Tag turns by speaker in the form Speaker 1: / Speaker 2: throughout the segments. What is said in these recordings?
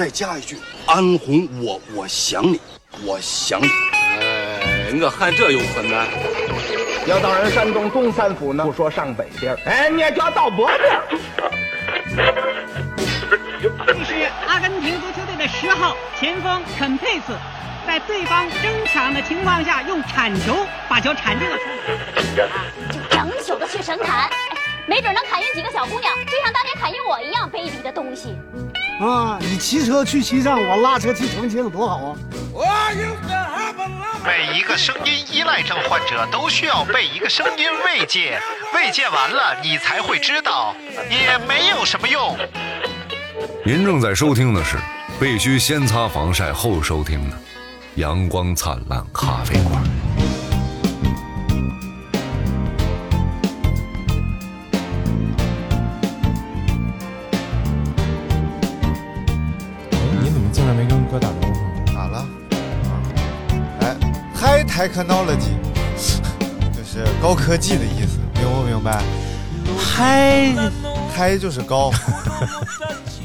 Speaker 1: 再加一句：“安红，我我想你，我想你。
Speaker 2: 哎，我看这又很难。
Speaker 3: 要到人山东东三府呢，不说上北边儿，哎，你也就要到北边儿。
Speaker 4: 是阿根廷足球队的十号前锋肯佩斯，在对方争抢的情况下，用铲球把球铲进了出网。
Speaker 5: 就整宿的去神砍，哎没准能砍晕几个小姑娘，就像当年砍晕我一样卑鄙的东西。
Speaker 6: 啊，你骑车去西藏，我拉车去重庆，多好啊！
Speaker 7: 每一个声音依赖症患者都需要被一个声音慰藉，慰藉完了，你才会知道也没有什么用。
Speaker 8: 您正在收听的是必须先擦防晒后收听的《阳光灿烂咖啡馆》。
Speaker 9: 你怎么进来没跟哥打招呼？
Speaker 10: 咋了？哎，High Technology，就是高科技的意思，明不明白
Speaker 6: 嗨，
Speaker 10: ？High 就是高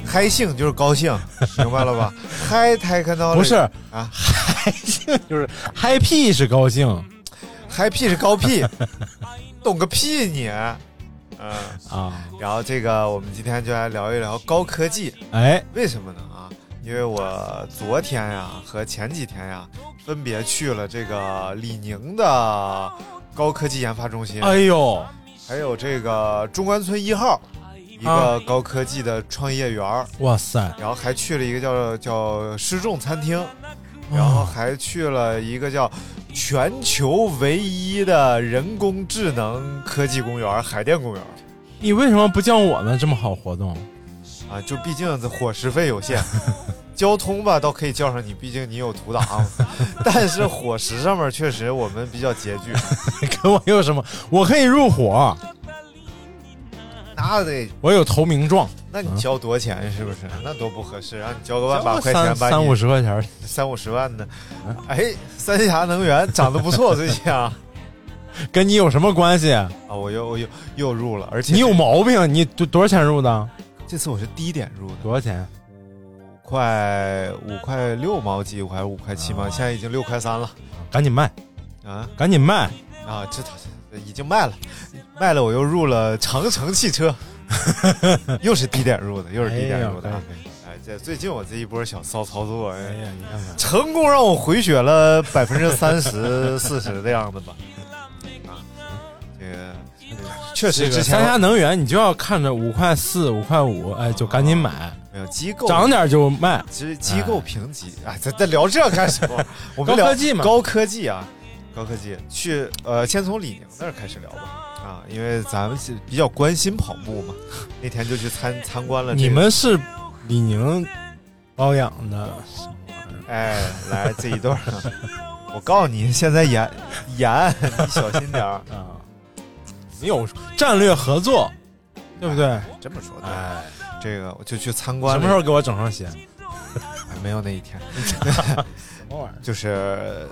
Speaker 10: ，High 兴就是高兴，明白了吧？High Technology
Speaker 9: 不是
Speaker 10: 啊
Speaker 9: 嗨兴就是 happy 是高兴
Speaker 10: ，High P 是高 P，懂个屁你！嗯，
Speaker 9: 啊，
Speaker 10: 然后这个我们今天就来聊一聊高科技，
Speaker 9: 哎，
Speaker 10: 为什么呢？啊，因为我昨天呀和前几天呀分别去了这个李宁的高科技研发中心，
Speaker 9: 哎呦，
Speaker 10: 还有这个中关村一号一
Speaker 9: 啊
Speaker 10: 个高科技的创业园儿，
Speaker 9: 哇塞，啊
Speaker 10: 然后还去了一个叫叫失重餐厅，然后还去了一个叫全球唯一的人工智能科技公园——海淀公园。
Speaker 9: 你为什么不叫我呢？这么好活动，
Speaker 10: 啊，就毕竟这伙食费有限，交通吧倒可以叫上你，毕竟你有图档，但是伙食上面确实我们比较拮据，
Speaker 9: 跟我有什么？ 我可以入伙，
Speaker 10: 那得
Speaker 9: 我有投名状，
Speaker 10: 那你交多少钱是不是？那多不合适，让你交个万把
Speaker 9: 三
Speaker 10: 块钱把你
Speaker 9: 三五十块嗯钱儿，
Speaker 10: 三五十万的，哎，三峡能源涨得不错最近啊。
Speaker 9: 跟你有什么关系？
Speaker 10: 啊，我又我又又入了，而且
Speaker 9: 你有毛病！你多多少钱入的？
Speaker 10: 这次我是低点入的，
Speaker 9: 多少钱？
Speaker 10: 五块五块六毛几，五块五块七
Speaker 9: 哦
Speaker 10: 毛，现在已经六块三了
Speaker 9: 赶紧卖，
Speaker 10: 啊
Speaker 9: 赶紧卖！
Speaker 10: 啊，这这已经卖了，卖了我又入了长城 汽车，又是低点入的，又是低点入的啊。哎，这最近我这一波小骚操作，
Speaker 9: 哎
Speaker 10: 哎
Speaker 9: 呀，你看看，
Speaker 10: 成功让我回血了百分之三十四十的样子吧。啊，这个确实
Speaker 9: 这个
Speaker 10: 之前
Speaker 9: 三峡能源，你就要看着五块四、五块五，哎，就赶紧买，
Speaker 10: 没有机构
Speaker 9: 涨点儿就卖。
Speaker 10: 其实机构评级，哎，咱咱聊这干什 么？我们聊
Speaker 9: 高科技嘛
Speaker 10: 高科技啊，高科技。去，呃，先从李宁那儿开始聊吧，啊，因为咱们是比较关心跑步嘛， 那天就去参参观了、这个。
Speaker 9: 你，们是李宁包养的，
Speaker 10: 哎，来这一段儿，啊我告诉你，现在严严，你小心点儿。
Speaker 9: 啊，你有战略合作，对不对？
Speaker 10: 这么说对，
Speaker 9: 哎，
Speaker 10: 这个我就去参观
Speaker 9: 什
Speaker 10: 了。
Speaker 9: 么时候给我整双鞋？
Speaker 10: 哎没有那一天？
Speaker 9: 什么玩意儿？
Speaker 10: 就是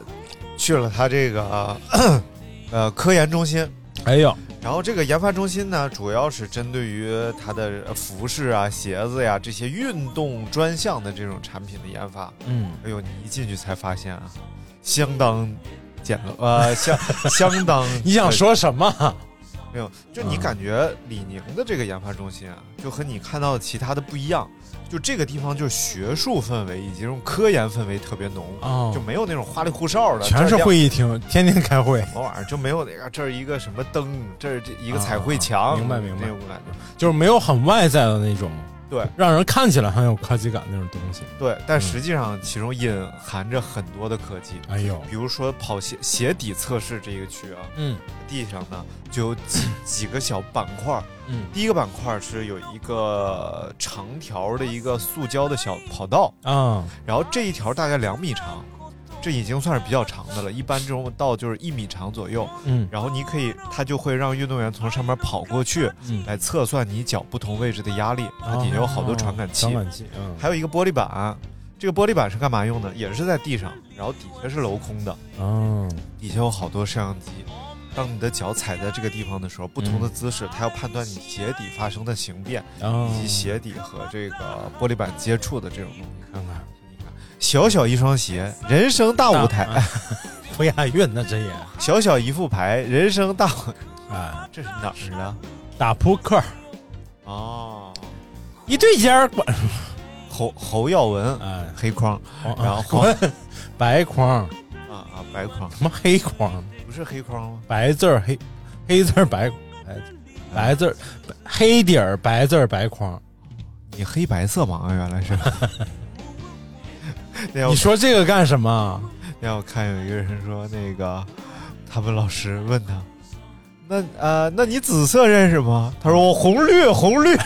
Speaker 10: 去了他这个 呃科研中心。
Speaker 9: 哎呦，
Speaker 10: 然后这个研发中心呢，主要是针对于它的服饰啊、鞋子呀、这些运动专项的这种产品的研发。
Speaker 9: 嗯，
Speaker 10: 哎呦，你一进去才发现啊，相当简陋，呃，相相当
Speaker 9: 你想说什么？
Speaker 10: 没有？就你感觉李宁的这个研发中心啊，就和你看到的其他的不一样。就这个地方，就是学术氛围以及这种科研氛围特别浓，
Speaker 9: 哦
Speaker 10: 就没有那种花里胡哨的，
Speaker 9: 全
Speaker 10: 这
Speaker 9: 是
Speaker 10: 儿亮
Speaker 9: 会议厅，天天开会，
Speaker 10: 什么玩意儿，就没有那个这儿一个什么灯，这儿这一个
Speaker 9: 啊
Speaker 10: 彩绘墙，
Speaker 9: 明白明白
Speaker 10: 那种感觉。
Speaker 9: 就是没有很外在的那种，
Speaker 10: 对，
Speaker 9: 让人看起来很有科技感那种东西。
Speaker 10: 对，但
Speaker 9: 嗯
Speaker 10: 实际上其中隐含着很多的科技，
Speaker 9: 哎呦，
Speaker 10: 比如说跑鞋鞋底测试这个区啊，
Speaker 9: 嗯
Speaker 10: 地上呢就有几几个小板块儿。
Speaker 9: 嗯
Speaker 10: 第一个板块儿是有一个长条的一个塑胶的小跑道，
Speaker 9: 啊，
Speaker 10: 然后这一条大概两米长，这已经算是比较长的了。一般这种道就是一米长左右，
Speaker 9: 嗯
Speaker 10: 然后你可以，它就会让运动员从上面跑过去，
Speaker 9: 嗯，
Speaker 10: 来测算你脚不同位置的压力。它底下有好多传感器
Speaker 9: 传，感器，嗯，
Speaker 10: 还有一个玻璃板，这个玻璃板是干嘛用的？也是在地上，然后底下是镂空的，
Speaker 9: 嗯
Speaker 10: 底下有好多摄像机，当你的脚踩在这个地方的时候，不同的姿势，它要判断你鞋底发生的形变，
Speaker 9: 哦
Speaker 10: 以及鞋底和这个玻璃板接触的这种东西。
Speaker 9: 看看
Speaker 10: 小小一双鞋，人生大舞台；哎
Speaker 9: 啊不押韵那真也
Speaker 10: 小小一副牌，人生大。
Speaker 9: 啊，
Speaker 10: 这是哪儿的？
Speaker 9: 打扑克
Speaker 10: 哦，
Speaker 9: 一对尖儿管
Speaker 10: 侯侯耀文，
Speaker 9: 啊，
Speaker 10: 黑框
Speaker 9: 黄
Speaker 10: 然后
Speaker 9: 滚 白框
Speaker 10: 啊啊，白框
Speaker 9: 什么黑框，
Speaker 10: 不是黑框吗？
Speaker 9: 白字儿黑黑字儿白白白字儿黑底儿白字儿白框。
Speaker 10: 你黑白色盲啊，原来是。 那要
Speaker 9: 你说这个干什么？啊
Speaker 10: 那我看有一个人说，那个他们老师问他，那呃，那你紫色认识吗？他说我红绿红绿。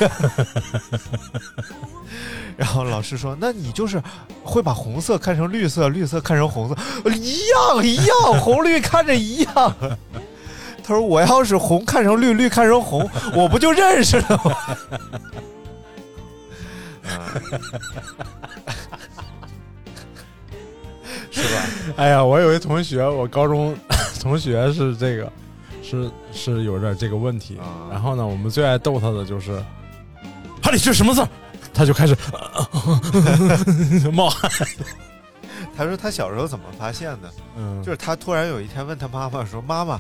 Speaker 10: 然后老师说，那你就是会把红色看成绿色，绿色看成红色，一样一样，红绿看着一样。 他说我要是红看成绿，绿看成红，我不就认识了吗？是吧？
Speaker 9: 哎呀，我有一同学，我高中同学是这个，是是有点这个问题。
Speaker 10: 啊
Speaker 9: 然后呢，我们最爱逗他的就是，哈里这什么字儿？他就开始 冒汗。
Speaker 10: 他说他小时候怎么发现的？
Speaker 9: 嗯，
Speaker 10: 就是他突然有一天问他妈妈说：“妈妈，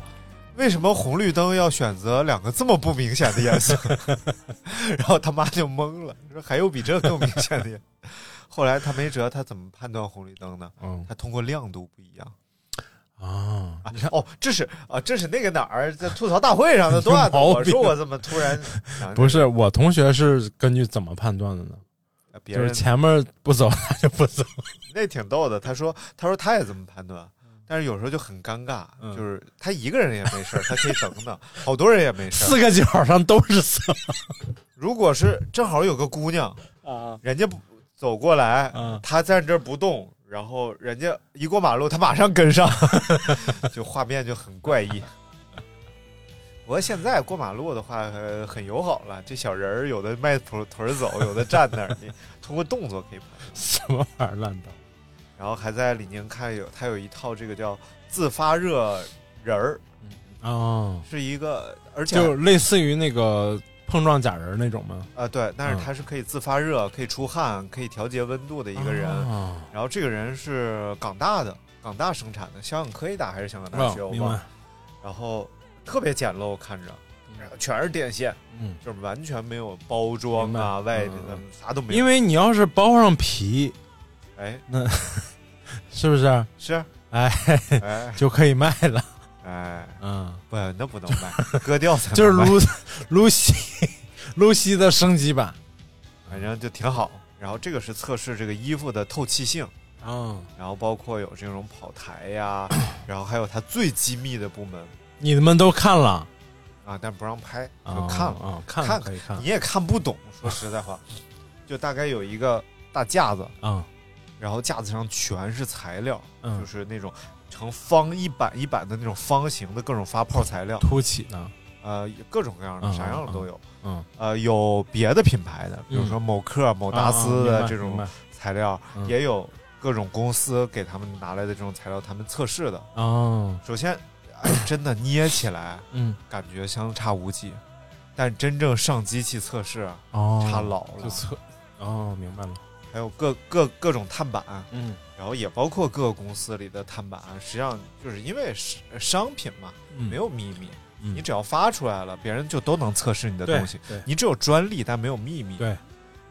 Speaker 10: 为什么红绿灯要选择两个这么不明显的颜色？” 然后他妈就懵了，说：“还有比这更明显的颜色？”后来他没辙，他怎么判断红绿灯呢？
Speaker 9: 嗯
Speaker 10: 他通过亮度不一样
Speaker 9: 啊，
Speaker 10: 啊！哦，这是啊，这是那个哪儿在吐槽大会上的段子。
Speaker 9: 有毛病
Speaker 10: 我说我怎么突然想起
Speaker 9: 不是，我同学是根据怎么判断的呢？
Speaker 10: 别
Speaker 9: 就是
Speaker 10: 人
Speaker 9: 前面不走， 他就不走。
Speaker 10: 那挺逗的。他说，他说他也这么判断，但是有时候就很尴尬，
Speaker 9: 嗯
Speaker 10: 就是他一个人也没事儿，他可以等等，好多人也没事儿。
Speaker 9: 四个角上都是色
Speaker 10: 如果是正好有个姑娘，
Speaker 9: 啊
Speaker 10: 人家不走过来，
Speaker 9: 啊！
Speaker 10: 她在这儿不动，然后人家一过马路，她马上跟上， 就画面就很怪异。不过现在过马路的话、呃很友好了，这小人儿有的迈腿腿儿走，有的站那儿，你通过动作可以判断。
Speaker 9: 什么玩意儿乱刀？
Speaker 10: 然后还在李宁看有他有一套这个叫自发热人儿，
Speaker 9: 哦，
Speaker 10: 是一个而且
Speaker 9: 就类似于那个碰撞假人那种吗？
Speaker 10: 啊对，但
Speaker 9: 嗯
Speaker 10: 是他是可以自发热、可以出汗、可以调节温度的一个人。
Speaker 9: 啊
Speaker 10: 然后这个人是港大的，港大生产的，香港科技大还是香港大
Speaker 9: 哦
Speaker 10: 学，我
Speaker 9: 明
Speaker 10: 忘了。
Speaker 9: 白。
Speaker 10: 然后特别简陋，看着然后全是电线，
Speaker 9: 嗯，
Speaker 10: 就是完全没有包装啊，
Speaker 9: 明白
Speaker 10: 外
Speaker 9: 嗯嗯
Speaker 10: 的啥都没有。
Speaker 9: 因
Speaker 10: 为
Speaker 9: 为你要是包上皮，
Speaker 10: 哎
Speaker 9: 是不是？
Speaker 10: 是啊
Speaker 9: 哎，
Speaker 10: 哎
Speaker 9: 就可以卖了。
Speaker 10: 哎，
Speaker 9: 嗯，
Speaker 10: 不那不能 卖，割掉才能
Speaker 9: 就是
Speaker 10: 卖
Speaker 9: 露露西露西的升级版。
Speaker 10: 反正就挺好。然后这个是测试这个衣服的透气性，
Speaker 9: 嗯，
Speaker 10: 然后包括有这种跑台 呀，然后还有它最机密的部门
Speaker 9: 你们都看了？
Speaker 10: 啊，但不让拍，就看了。
Speaker 9: 啊，看
Speaker 10: 看
Speaker 9: 可以看
Speaker 10: 你也看不懂，说实在话，就大概有一个大架子，
Speaker 9: 啊，
Speaker 10: 然后架子上全是材料，
Speaker 9: 嗯
Speaker 10: 就是那种成方一板一板的那种方形的各种发泡材料，
Speaker 9: 凸起呢。
Speaker 10: 呃，各种各样的，
Speaker 9: 嗯
Speaker 10: 啥样的都有。
Speaker 9: 嗯，
Speaker 10: 呃，有别的品牌的，比如
Speaker 9: 嗯
Speaker 10: 说某克、某达斯
Speaker 9: 啊啊明
Speaker 10: 的
Speaker 9: 白
Speaker 10: 这
Speaker 9: 明
Speaker 10: 种
Speaker 9: 白
Speaker 10: 材料，
Speaker 9: 嗯
Speaker 10: 也有各种公司给他们拿来的这种材料，他们测试的。
Speaker 9: 哦，
Speaker 10: 首先，哎， 真的捏起来
Speaker 9: 嗯，
Speaker 10: 感觉相差无几，但真正上机器测试啊
Speaker 9: 哦，
Speaker 10: 差老了。
Speaker 9: 就测。哦，明白了。
Speaker 10: 还有各各各种碳板，
Speaker 9: 嗯
Speaker 10: 然后也包括各个公司里的碳板，实际上就是因为是商品嘛，
Speaker 9: 嗯，
Speaker 10: 没有秘密，
Speaker 9: 嗯，
Speaker 10: 你只要发出来了，别人就都能测试你的
Speaker 9: 对
Speaker 10: 东西。
Speaker 9: 对
Speaker 10: 你只有专利，但没有秘密。
Speaker 9: 对，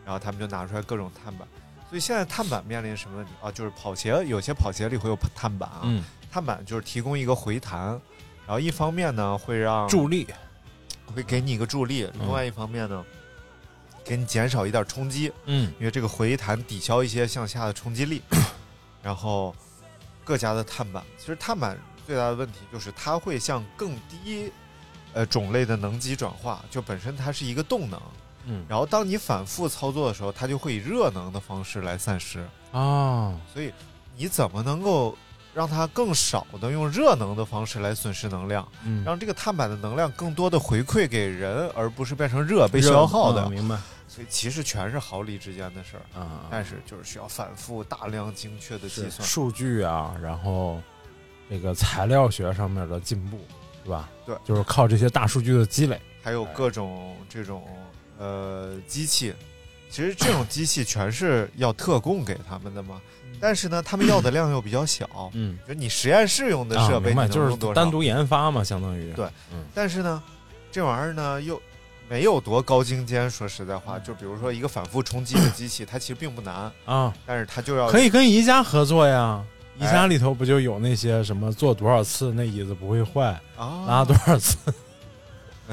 Speaker 10: 然后他们就拿出来各种碳板，所以现在碳板面临什么问题啊？就是跑鞋，有些跑鞋里会有碳板啊，
Speaker 9: 嗯，
Speaker 10: 碳板就是提供一个回弹，然后一方面呢会让
Speaker 9: 助力。
Speaker 10: 会给你一个助力，另外一方面呢。给你减少一点冲击，
Speaker 9: 嗯
Speaker 10: 因为这个回弹抵消一些向下的冲击力。 然后各家的碳板，其实碳板最大的问题就是它会向更低呃种类的能级转化，就本身它是一个动能，
Speaker 9: 嗯
Speaker 10: 然后当你反复操作的时候，它就会以热能的方式来散失。
Speaker 9: 哦，
Speaker 10: 所以你怎么能够让它更少的用热能的方式来损失能量，
Speaker 9: 嗯，
Speaker 10: 让这个碳板的能量更多的回馈给人，而不是变成热被消耗的
Speaker 9: 嗯？明白
Speaker 10: 所以其实全是毫厘之间的事儿。
Speaker 9: 啊。
Speaker 10: 但是就是需要反复大量精确的计
Speaker 9: 是
Speaker 10: 算。
Speaker 9: 数据啊，然后这个材料学上面的进步，是吧？
Speaker 10: 对
Speaker 9: 就是靠这些大数据的积累。
Speaker 10: 还有各种这种呃机器，其实这种机器全是要特供给他们的嘛，但是呢，他们要的量又比较小，
Speaker 9: 嗯，
Speaker 10: 就你实验室用的设
Speaker 9: 啊、明
Speaker 10: 备你
Speaker 9: 白，
Speaker 10: 能
Speaker 9: 就是
Speaker 10: 用多少？
Speaker 9: 单独研发嘛，相当于
Speaker 10: 对但是呢，这玩意儿呢又没有多高精尖，说实在
Speaker 9: 嗯
Speaker 10: 话，就比如说一个反复冲击的机器，它其实并不难，
Speaker 9: 啊，
Speaker 10: 但是它就要
Speaker 9: 可以跟宜家合作呀。宜
Speaker 10: 哎
Speaker 9: 家里头不就有那些什么坐多少次那椅子不会坏，拉
Speaker 10: 啊，
Speaker 9: 多少次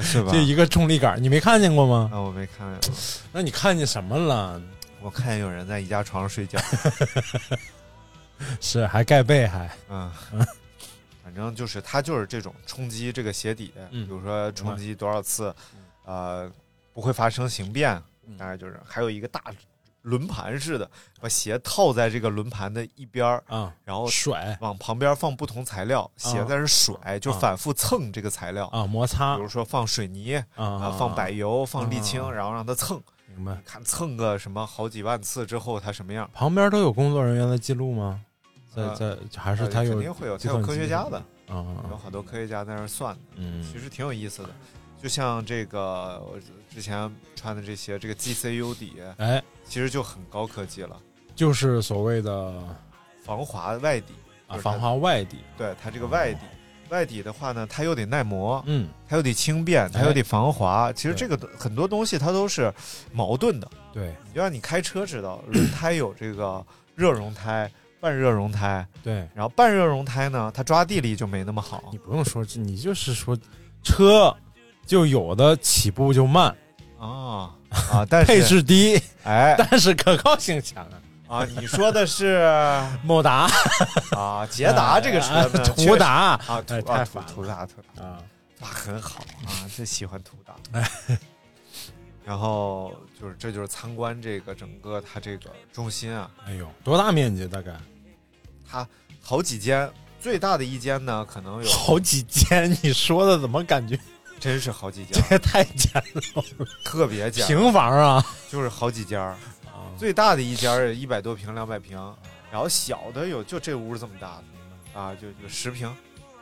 Speaker 10: 是吧
Speaker 9: 就？一个重力杆，你没看见过吗？
Speaker 10: 啊，我没看见，
Speaker 9: 那你看见什么了？
Speaker 10: 我看见有人在宜家床上睡觉，
Speaker 9: 是还盖被还
Speaker 10: 嗯，
Speaker 9: 啊
Speaker 10: 反正就是它就是这种冲击这个鞋底，
Speaker 9: 嗯
Speaker 10: 比如说冲击多少次，呃，不会发生形变，
Speaker 9: 嗯
Speaker 10: 大概就是还有一个大轮盘似的，把鞋套在这个轮盘的一边儿，
Speaker 9: 啊，
Speaker 10: 然后
Speaker 9: 甩
Speaker 10: 往旁边放不同材料，鞋在那甩，就反复蹭这个材料，
Speaker 9: 啊，摩擦
Speaker 10: 比如说放水泥
Speaker 9: 啊
Speaker 10: 啊，，放柏油，放沥青，
Speaker 9: 啊
Speaker 10: 然后让它蹭，
Speaker 9: 明白。
Speaker 10: 看蹭个什么好几万次之后它什么样。
Speaker 9: 旁边都有工作人员的记录吗？在
Speaker 10: 呃
Speaker 9: 在还是
Speaker 10: 呃
Speaker 9: 他有
Speaker 10: 肯定会有，
Speaker 9: 计
Speaker 10: 它有
Speaker 9: 算
Speaker 10: 科
Speaker 9: 机
Speaker 10: 学家的，
Speaker 9: 啊
Speaker 10: 有
Speaker 9: 啊，
Speaker 10: 好多科学家在那儿算，
Speaker 9: 嗯
Speaker 10: 其实挺有意思的。就像这个我之前穿的这鞋，这个 GCU 底
Speaker 9: 哎，
Speaker 10: 其实就很高科技了，
Speaker 9: 就是所谓的
Speaker 10: 防滑外底，
Speaker 9: 啊防滑外底，
Speaker 10: 对它这个外底，
Speaker 9: 哦
Speaker 10: 外底的话呢，它又得耐磨，
Speaker 9: 嗯，
Speaker 10: 它又得轻便，它又得防滑。其实
Speaker 9: 对
Speaker 10: 这个很多东西它都是矛盾的。
Speaker 9: 对
Speaker 10: 你就像你开车知道，轮胎有这个热熔胎、半热熔胎，
Speaker 9: 对，
Speaker 10: 然后半热熔胎呢，它抓地力就没那么好
Speaker 9: 你不用说，你就是说车就有的起步就慢，
Speaker 10: 啊啊，但
Speaker 9: 配
Speaker 10: 是
Speaker 9: 置低，
Speaker 10: 哎
Speaker 9: 但是可靠性强 啊。
Speaker 10: 啊，你说的是
Speaker 9: 某达、
Speaker 10: 啊，捷达这个车
Speaker 9: 啊
Speaker 10: 呢，确
Speaker 9: 途
Speaker 10: 实
Speaker 9: 达
Speaker 10: 啊，
Speaker 9: 哎
Speaker 10: 途
Speaker 9: 太
Speaker 10: 啊途
Speaker 9: 烦了
Speaker 10: 途达途达
Speaker 9: 啊，
Speaker 10: 啊很好啊，真喜欢途达。
Speaker 9: 哎
Speaker 10: 然后就是，这就是参观这个整个它这个中心啊，
Speaker 9: 哎呦，多大面积？大概
Speaker 10: 哎它好几间，最大的一间呢，可能有
Speaker 9: 好几间？你说的怎么感
Speaker 10: 哎
Speaker 9: 觉
Speaker 10: 真是好几
Speaker 9: 这
Speaker 10: 间，
Speaker 9: 也太简
Speaker 10: 哎
Speaker 9: 陋了？
Speaker 10: 特别间，
Speaker 9: 平哦房啊，
Speaker 10: 就是好几间儿。最大的一间儿一百多平、两百平，然后小的有就这屋这么大的啊，就就十平、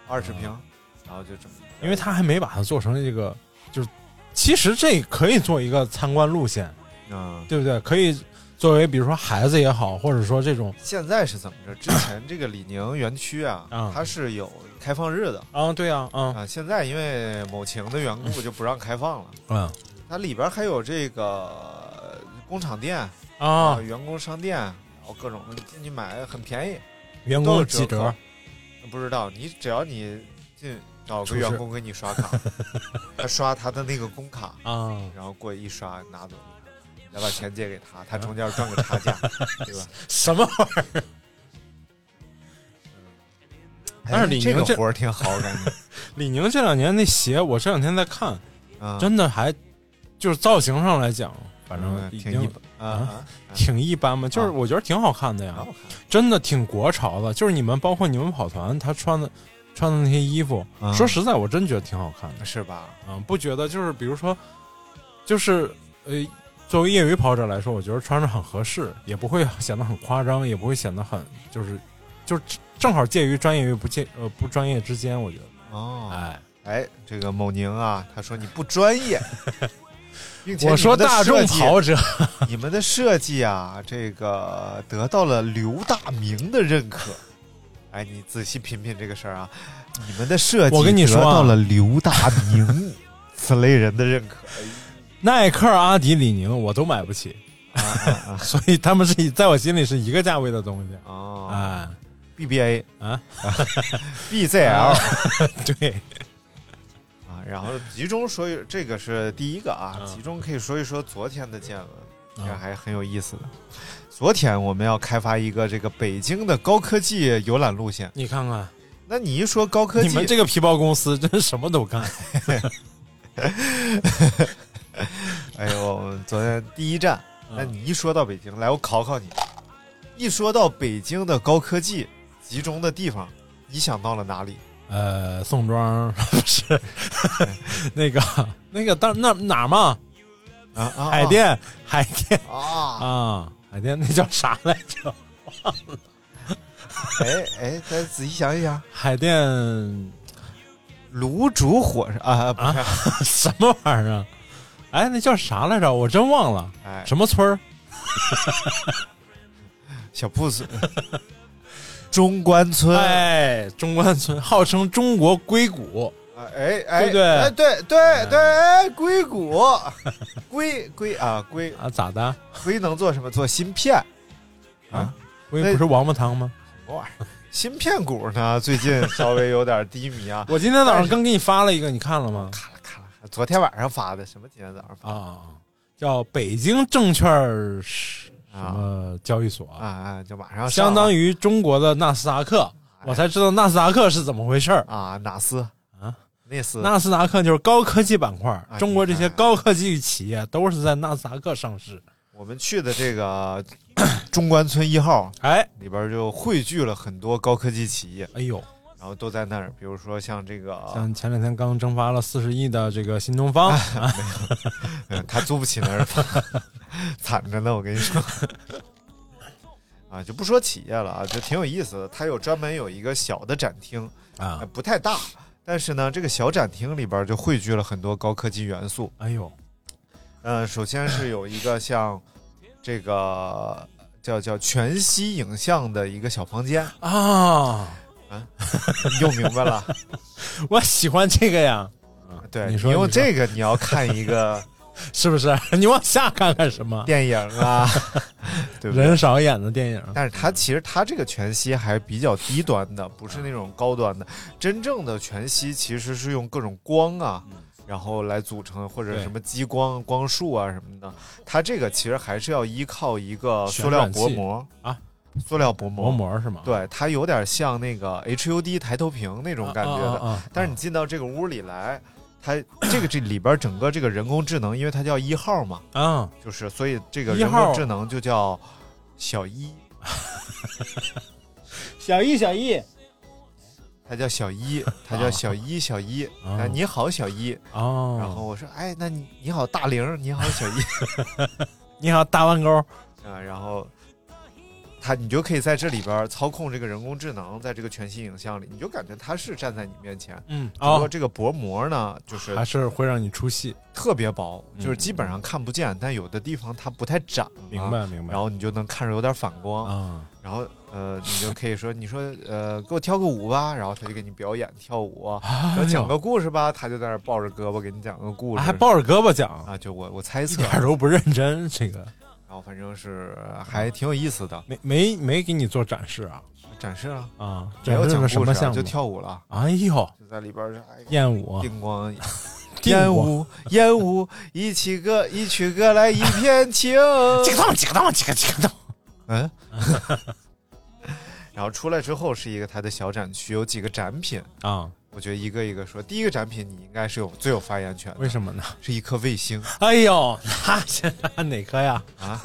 Speaker 10: 二十平，
Speaker 9: 嗯
Speaker 10: 然后就这么。
Speaker 9: 因为他还没把它做成这个，就是其实这可以做一个参观路线，
Speaker 10: 嗯，
Speaker 9: 对不对？可以作为比如说孩子也好，或者说这种
Speaker 10: 现在是怎么着？之前这个李宁园区啊
Speaker 9: 啊，
Speaker 10: 它是有开放日的
Speaker 9: 啊，对啊，啊，
Speaker 10: 啊，现在因为某情的缘故就不让开放了。
Speaker 9: 嗯
Speaker 10: 它里边还有这个呃工厂店
Speaker 9: 啊，
Speaker 10: 员工商店，然后各种的进去买很便宜。
Speaker 9: 员
Speaker 10: 都有
Speaker 9: 工
Speaker 10: 折
Speaker 9: 几
Speaker 10: 扣
Speaker 9: 折？
Speaker 10: 不知道，你只要你进找
Speaker 9: 出
Speaker 10: 个
Speaker 9: 示
Speaker 10: 员工给你刷 卡，他刷他的那个工卡，
Speaker 9: 啊，
Speaker 10: 然后过去一刷拿走，再把钱借给他，他中间赚个差 价，对吧？
Speaker 9: 什么玩意儿？但是
Speaker 10: 哎
Speaker 9: 李
Speaker 10: 这个
Speaker 9: 宁这
Speaker 10: 活儿挺好，感 觉
Speaker 9: 李宁这两年那鞋，我这两天在看，
Speaker 10: 啊，
Speaker 9: 真的还就是造型上来讲，反正
Speaker 10: 嗯
Speaker 9: 已
Speaker 10: 挺一
Speaker 9: 经
Speaker 10: 般啊啊
Speaker 9: 挺一般嘛，就是
Speaker 10: 啊
Speaker 9: 我觉得挺好看的
Speaker 10: 啊，
Speaker 9: 呀
Speaker 10: 好，看
Speaker 9: 真的挺国潮的。就是你们包括你们跑团，他穿的穿的那些衣服，
Speaker 10: 啊
Speaker 9: 说实在，我真觉得挺好看的。
Speaker 10: 是吧？
Speaker 9: 嗯，不觉得就是比如说，就是呃，作为业余跑者来说，我觉得穿着很合适，也不会 显得很夸张，也不会显得很就是就是正好介于专业与不介呃不专业之间，我觉得。
Speaker 10: 哦，
Speaker 9: 哎，
Speaker 10: 哎，这个某宁啊，他说你不 专业，并且
Speaker 9: 我说
Speaker 10: 你们的
Speaker 9: 大众
Speaker 10: 设计
Speaker 9: 跑者，
Speaker 10: 你们的设计啊，这个得到了刘大明的认可。哎，你仔细品品这个事儿啊，你们的设计
Speaker 9: 我跟你说啊
Speaker 10: 得到了刘大明此类人的认可。
Speaker 9: 耐克、阿迪、李宁我都买不起，
Speaker 10: 啊啊
Speaker 9: 所以他们是以在我心里是一个价位的东西
Speaker 10: 啊！。哦
Speaker 9: 哎，
Speaker 10: ，BBA
Speaker 9: 啊
Speaker 10: ，BZL 啊，
Speaker 9: 对，
Speaker 10: 然后集中说一这个是第一个啊，
Speaker 9: 嗯
Speaker 10: 集中可以说一说昨天的见闻，这
Speaker 9: 啊
Speaker 10: 还很有意思的。昨天我们要开发一个这个北京的高科技游览路线。
Speaker 9: 你看看，
Speaker 10: 那你一说高科技，
Speaker 9: 你们这个皮包公司真什么都干。
Speaker 10: 哎呦，我们昨天第一站，
Speaker 9: 嗯
Speaker 10: 那你一说到北京，来我考考你，一说到北京的高科技集中的地方，你想到了哪里？
Speaker 9: 呃，宋庄 不是嗯 那个那个当那哪儿嘛？
Speaker 10: 啊啊，啊
Speaker 9: 海淀，海淀
Speaker 10: 啊！
Speaker 9: 啊，海淀那叫啥来 着？
Speaker 10: 哎哎，咱仔细想一想，
Speaker 9: 海淀
Speaker 10: 炉煮火烧啊，不 是，
Speaker 9: 什么玩意儿啊？哎，那叫啥来着？我真忘了，
Speaker 10: 哎，
Speaker 9: 什么村儿？
Speaker 10: 小铺子， 中关村，
Speaker 9: 哎，中关村，号称中国硅谷。
Speaker 10: 啊哎哎，
Speaker 9: 对不对
Speaker 10: 哎对对对，哎，硅谷，硅硅啊硅
Speaker 9: 啊，咋的？
Speaker 10: 硅能做什么？做芯片，啊
Speaker 9: 啊硅
Speaker 10: 哎
Speaker 9: 不是王八汤吗？。
Speaker 10: 芯片股呢最近稍微有点低迷啊
Speaker 9: 我今天早上刚给你发了一个，你看了吗？
Speaker 10: 咔啦咔啦，昨天晚上发的，什么今天早上发
Speaker 9: 啊，叫北京证券儿什
Speaker 10: 啊
Speaker 9: 么交易所，
Speaker 10: 啊啊，哎就马上上
Speaker 9: 相当
Speaker 10: 了
Speaker 9: 于中国的纳斯达克。我才知道纳斯达克是怎么回事儿。
Speaker 10: 啊哪斯
Speaker 9: 啊
Speaker 10: 内斯
Speaker 9: 纳斯达克就是高科技板块儿，
Speaker 10: 啊
Speaker 9: 中国这些高科技企业都是在纳斯达克上市。
Speaker 10: 我们去的这个 中关村一号
Speaker 9: 哎，
Speaker 10: 里边就汇聚了很多高科技企业，
Speaker 9: 哎呦，
Speaker 10: 然后都在那儿，比如说像这个，
Speaker 9: 像前两天刚蒸发了四十亿的这个新东方，
Speaker 10: 哎嗯他租不起那儿吧， 惨着呢，我跟你说。 啊，就不说企业了啊，就挺有意思的。它有专门有一个小的展厅，呃
Speaker 9: 啊，
Speaker 10: 不太大，但是呢，这个小展厅里边就汇聚了很多高科技元素。
Speaker 9: 哎呦，
Speaker 10: 呃，首先是有一个像这个叫叫全息影像的一个小房间，
Speaker 9: 啊，
Speaker 10: 你就明白了。
Speaker 9: 我喜欢这个呀。
Speaker 10: 对
Speaker 9: 你说
Speaker 10: 用
Speaker 9: 你说
Speaker 10: 这个你要看一个
Speaker 9: 是不是？ 你往下看看什么？
Speaker 10: 电影 啊，对不对？
Speaker 9: 人少演的电影，
Speaker 10: 但是它其实它这个全息还比较低端的，不是
Speaker 9: 嗯
Speaker 10: 那种高端的。真正的全息其实是用各种光啊，然后来组成或者
Speaker 9: 嗯对
Speaker 10: 什么激光、光束啊什么的。它这个其实还是要依靠一个
Speaker 9: 旋
Speaker 10: 塑料
Speaker 9: 转器
Speaker 10: 薄膜
Speaker 9: 啊，
Speaker 10: 塑料薄
Speaker 9: 薄
Speaker 10: 膜。
Speaker 9: 膜是吗？
Speaker 10: 对，它有点像那个 HUD 抬头屏那
Speaker 9: 这
Speaker 10: 种感觉的。
Speaker 9: 啊啊
Speaker 10: 但是你进到这个屋里来，它这个这里边整个这个人工智能，因为它叫一号嘛，
Speaker 9: 啊啊，
Speaker 10: 就是所以这个
Speaker 9: 一
Speaker 10: 人
Speaker 9: 号
Speaker 10: 工智能就叫小一，
Speaker 9: 小易小易
Speaker 10: 它叫 小一，它叫小一小一，
Speaker 9: 啊
Speaker 10: 哎你好小一，
Speaker 9: 哦，
Speaker 10: 然后我说哎，那你你好大玲，你好 小一
Speaker 9: 你好大弯钩，
Speaker 10: 啊，然后。它你就可以在这里边操控这个人工智能，在这个全息影像里，你就感觉它是站在你面前。
Speaker 9: 嗯，
Speaker 10: 只不过
Speaker 9: 哦，
Speaker 10: 这个薄膜呢，就是
Speaker 9: 还是会让你出戏，
Speaker 10: 特别薄，
Speaker 9: 嗯
Speaker 10: 就是基本上看不见，但有的地方它不太展，
Speaker 9: 明。白明白
Speaker 10: 啊然后你就能看着有点反光，
Speaker 9: 啊，
Speaker 10: 然后呃，你就可以说，你说呃，给我跳个舞吧，然后他就给你表演跳舞，啊
Speaker 9: 哎
Speaker 10: 然后
Speaker 9: 呦
Speaker 10: 讲个故事吧，他就在那儿抱着胳膊给你讲个故事，
Speaker 9: 还抱着胳膊讲，
Speaker 10: 啊，就我我猜
Speaker 9: 一
Speaker 10: 测，
Speaker 9: 点儿都不认真，这个
Speaker 10: 然后反正是还挺有意思的，
Speaker 9: 没没没给你做展示啊
Speaker 10: 展示了，
Speaker 9: 啊，展
Speaker 10: 没有
Speaker 9: 示
Speaker 10: 讲
Speaker 9: 了
Speaker 10: 故
Speaker 9: 什么
Speaker 10: 事啊，
Speaker 9: 项目
Speaker 10: 就？跳舞了，
Speaker 9: 哎呦，
Speaker 10: 就在里边儿，哎呀，
Speaker 9: 艳舞啊，
Speaker 10: 叮咣。
Speaker 9: 定
Speaker 10: 烟
Speaker 9: 过
Speaker 10: 雾，烟雾，一起歌，一曲歌来一片情。
Speaker 9: 几个洞几个洞几个几个洞，
Speaker 10: 嗯，然后出来之后是一个它的小展区，有几个展品，
Speaker 9: 啊？
Speaker 10: 我觉得一个一个说。第一个展品你应该是有最有发言权的，
Speaker 9: 为什么呢？
Speaker 10: 是一颗卫星
Speaker 9: 哎呦，那现在哪颗呀？
Speaker 10: 啊，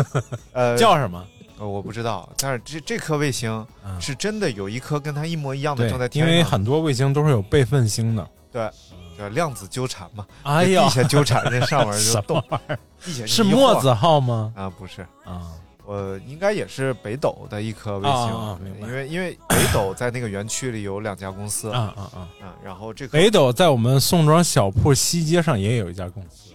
Speaker 10: 呃，
Speaker 9: 叫什么？
Speaker 10: 呃我不知道，但是这这颗卫星
Speaker 9: 嗯
Speaker 10: 是真的有一颗跟它一模一样的
Speaker 9: 对
Speaker 10: 正在，
Speaker 9: 因
Speaker 10: 天上，
Speaker 9: 为很多卫星都是有备份星的。
Speaker 10: 叫量子纠缠嘛，
Speaker 9: 哎呦
Speaker 10: 地，下纠缠这上面就
Speaker 9: 什么
Speaker 10: 动，
Speaker 9: 玩意儿？
Speaker 10: 地下
Speaker 9: 是
Speaker 10: 一晃
Speaker 9: 墨子号吗？
Speaker 10: 啊，不是。
Speaker 9: 啊，
Speaker 10: 我应该也是北斗的一颗卫
Speaker 9: 啊啊啊
Speaker 10: 星，
Speaker 9: 明白
Speaker 10: 因为因为北斗在那个园区里有两家公司
Speaker 9: 啊啊啊！
Speaker 10: 啊，然后这个
Speaker 9: 北斗在我们宋庄小铺西街上也有一家公司，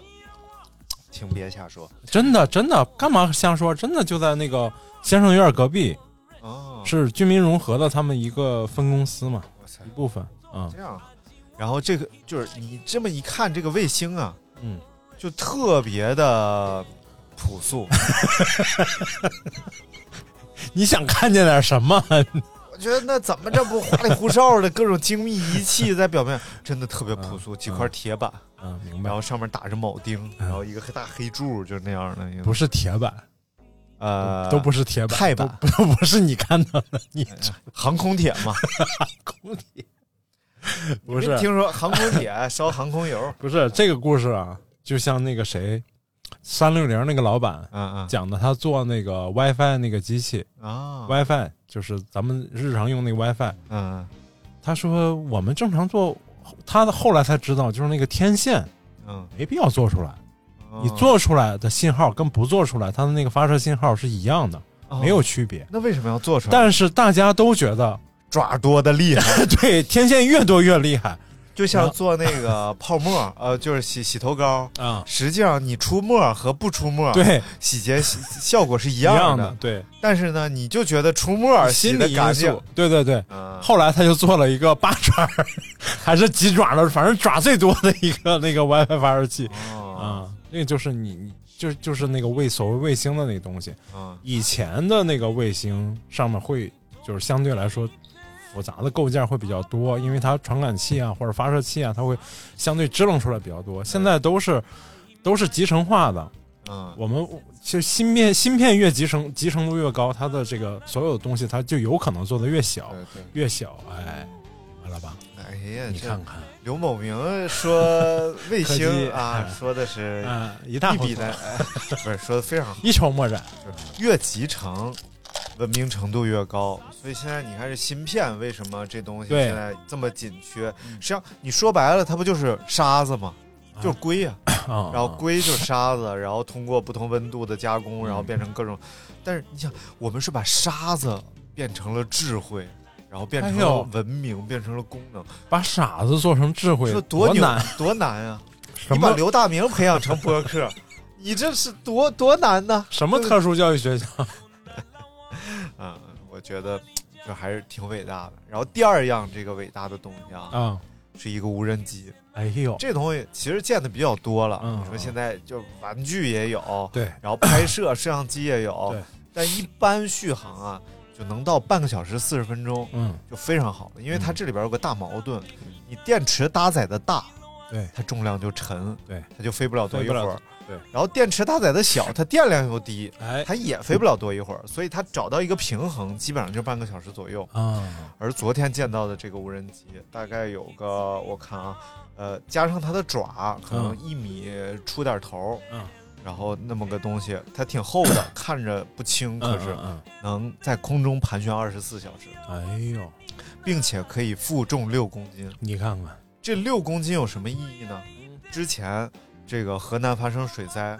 Speaker 10: 请别瞎说
Speaker 9: 真的真的，干嘛瞎说？真的就在那个先生院隔壁，
Speaker 10: 哦，
Speaker 9: 是居民融合的他们一个分公司嘛，
Speaker 10: 哇塞
Speaker 9: 一部分啊，
Speaker 10: 这样，然后这个就是你这么一看，这个卫星啊，
Speaker 9: 嗯，
Speaker 10: 就特别的朴素，
Speaker 9: 你想看见点什么？
Speaker 10: 我觉得那怎么这不花里胡哨的各种精密仪器在表面，真的特别朴素，几块铁板，
Speaker 9: 嗯，明白
Speaker 10: 然后，上面打着铆钉，然后一个大黑柱，就是那样的一个，
Speaker 9: 不是铁板，
Speaker 10: 呃，
Speaker 9: 都不是铁板，
Speaker 10: 钛板
Speaker 9: 都都不是你看到的，你
Speaker 10: 航空铁嘛，
Speaker 9: 空铁不
Speaker 10: 没
Speaker 9: 是
Speaker 10: 听说航空铁烧航 空油，
Speaker 9: 不是这个故事啊，就像那个谁，三六零那个老板
Speaker 10: 嗯
Speaker 9: 讲的，他做那个 WiFi 那个机器
Speaker 10: 嗯啊，
Speaker 9: ，WiFi 就是咱们日常用那个 WiFi。
Speaker 10: 嗯
Speaker 9: 他说我们正常做，他的后来才知道，就是那个天线
Speaker 10: 嗯，
Speaker 9: 没必要做出来，
Speaker 10: 嗯
Speaker 9: 你做出来的信号跟不做出来，它的那个发射信号是一样的，
Speaker 10: 哦
Speaker 9: 没有区别。
Speaker 10: 那为什么要做出来？
Speaker 9: 但是大家都觉得，
Speaker 10: 爪多的厉害，
Speaker 9: 对，天线越多越厉害，
Speaker 10: 就像做那个泡沫，呃，就是洗洗头膏，
Speaker 9: 啊，
Speaker 10: 实际上你出沫和不出沫，
Speaker 9: 对，
Speaker 10: 洗洁洗效果是一
Speaker 9: 一
Speaker 10: 样
Speaker 9: 的，对，
Speaker 10: 但是呢，你就觉得出沫洗
Speaker 9: 心
Speaker 10: 的
Speaker 9: 理
Speaker 10: 干
Speaker 9: 因
Speaker 10: 净
Speaker 9: 素，，对对对。
Speaker 10: 嗯
Speaker 9: 后来他就做了一个八爪儿，还是几爪的，反正爪最多的一个 那个 WiFi 发射器
Speaker 10: 啊
Speaker 9: 啊，那个就是你你就就是那个卫所谓卫星的那东西，
Speaker 10: 啊
Speaker 9: 以前的那个卫星上面会就是相对来说复杂的构件会比较多，因为它传感器啊或者发射器啊，它会相对支棱出来比较多。现在都是 都是集成化的，
Speaker 10: 啊
Speaker 9: 我们就芯片芯片越集成集成度越高，它的这个所有的东西它就有可能做的越小
Speaker 10: 对对，
Speaker 9: 越小，哎，完了吧？
Speaker 10: 哎呀，
Speaker 9: 你
Speaker 10: 这
Speaker 9: 看看，
Speaker 10: 刘某明说卫
Speaker 9: 科技
Speaker 10: 星啊，
Speaker 9: 哎
Speaker 10: 说的是
Speaker 9: 啊，一大
Speaker 10: 一
Speaker 9: 糊
Speaker 10: 笔
Speaker 9: 涂
Speaker 10: 带，哎不是说的非常好，
Speaker 9: 一筹莫展，
Speaker 10: 越集成。文明程度越高，所以现在你看这芯片为什么这东西
Speaker 9: 对
Speaker 10: 现在这么紧缺？实际上你说白了，它不就是沙子吗？就是硅呀、
Speaker 9: 啊，
Speaker 10: 然后硅就是沙子，然后通过不同温度的加
Speaker 9: 嗯
Speaker 10: 工，然后变成各种。但是你想，我们是把沙子变成了智慧，然后变成
Speaker 9: 哎
Speaker 10: 了
Speaker 9: 呦
Speaker 10: 文明，变成了功能，
Speaker 9: 把傻子做成智慧
Speaker 10: 这，
Speaker 9: 多
Speaker 10: 牛
Speaker 9: 难，
Speaker 10: 多难啊！
Speaker 9: 什
Speaker 10: 你把
Speaker 9: 么
Speaker 10: 刘大明培养成播客，你这是多多难呢？
Speaker 9: 什么特殊教育学校？
Speaker 10: 啊，我觉得这还是挺伟大的。然后第二样这个伟大的东西啊，
Speaker 9: 啊，
Speaker 10: 是一个无人机。
Speaker 9: 哎呦，
Speaker 10: 这东西其实见的比较多了，
Speaker 9: 嗯
Speaker 10: 你说
Speaker 9: 嗯
Speaker 10: 现在就玩具也有，
Speaker 9: 对，
Speaker 10: 然后拍摄摄像机也有
Speaker 9: 对，
Speaker 10: 但一般续航啊就能到半个小时四十分钟，
Speaker 9: 嗯，
Speaker 10: 就非常好了，因为它
Speaker 9: 嗯
Speaker 10: 这里边有个大矛盾，你电池搭载的大，
Speaker 9: 对
Speaker 10: 它重量就沉，
Speaker 9: 对，
Speaker 10: 它就飞不了多一会
Speaker 9: 飞不了
Speaker 10: 儿，
Speaker 9: 对，
Speaker 10: 然后电池搭载的小，它电量又低。
Speaker 9: 哎，
Speaker 10: 它也飞不了多一会儿，所以它找到一个平衡，基本上就半个小时左右。
Speaker 9: 啊，
Speaker 10: 而昨天见到的这个无人机，大概有个我看啊，呃，加上它的爪，可能一米出点头，
Speaker 9: 嗯，
Speaker 10: 然后那么个东西，它挺厚 的，看着不轻，可是
Speaker 9: 嗯，嗯
Speaker 10: 能在空中盘旋二十四小时，
Speaker 9: 嗯哎呦，
Speaker 10: 并且可以负重六公斤。
Speaker 9: 你看看，
Speaker 10: 这六公斤有什么意义呢？之前这个河南发生水灾，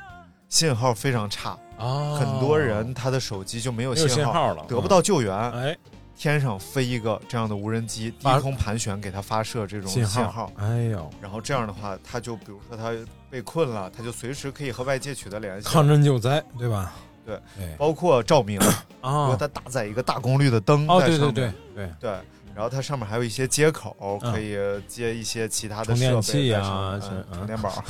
Speaker 10: 信号非常差，
Speaker 9: 啊，
Speaker 10: 很多人他的手机就没有
Speaker 9: 没有信
Speaker 10: 信号，
Speaker 9: 号了，
Speaker 10: 得不到救援。
Speaker 9: 嗯，哎，
Speaker 10: 天上飞一个这样的无人机，低
Speaker 9: 发
Speaker 10: 空盘旋，给它发射这种
Speaker 9: 信
Speaker 10: 信号。
Speaker 9: 哎呦，
Speaker 10: 然后这样的话，它就比如说它被困了，它就随时可以和外界取得联系，
Speaker 9: 抗震救灾，对吧？哎
Speaker 10: 对
Speaker 9: 对，
Speaker 10: 包括照明，如
Speaker 9: 啊
Speaker 10: 果，它搭载一个大功率的灯
Speaker 9: 哦，
Speaker 10: 在
Speaker 9: 对
Speaker 10: 上面，
Speaker 9: 对对对，
Speaker 10: 对然后它上面还有一些接口，
Speaker 9: 嗯
Speaker 10: 可以接一些其他的
Speaker 9: 充电
Speaker 10: 设备
Speaker 9: 器
Speaker 10: 在
Speaker 9: 啊
Speaker 10: 上面
Speaker 9: 是
Speaker 10: 嗯
Speaker 9: 嗯
Speaker 10: 充电 宝。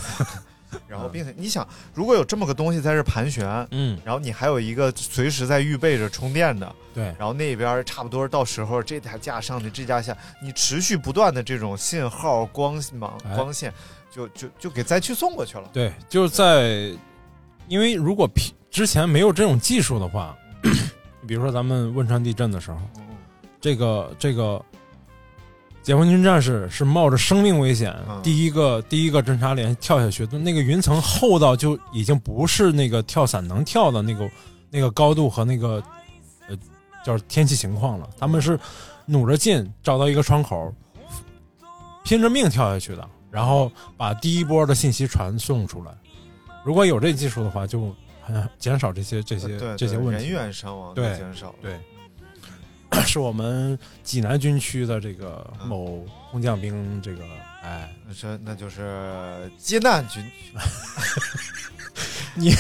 Speaker 10: 然后，并且你想，如果有这么个东西在这盘旋，
Speaker 9: 嗯，
Speaker 10: 然后你还有一个随时在预备着充电的，
Speaker 9: 对，
Speaker 10: 然后那边差不多到时候这台架上去，这架下，你持续不断的这种信号光芒
Speaker 9: 哎
Speaker 10: 光线，就就就给灾区送过去了。
Speaker 9: 对，就在，因为如果平之前没有这种技术的话， 比如说咱们汶川地震的时候，
Speaker 10: 嗯
Speaker 9: 这个这个解放军战士是冒着生命危险，
Speaker 10: 嗯
Speaker 9: 第一个第一个侦察连跳下去，那个云层厚到就已经不是那个跳伞能跳的那个那个高度和那个呃叫天气情况了，他们是努着劲找到一个窗口，拼着命跳下去的，然后把第一波的信息传送出来。如果有这技术的话，就很减少这些这些
Speaker 10: 对呃对
Speaker 9: 这些问题。
Speaker 10: 人员伤亡就
Speaker 9: 对
Speaker 10: 减少了。
Speaker 9: 对， 是我们济南军区的这个某空降兵，这个哎，
Speaker 10: 那是那就是接难军
Speaker 9: 你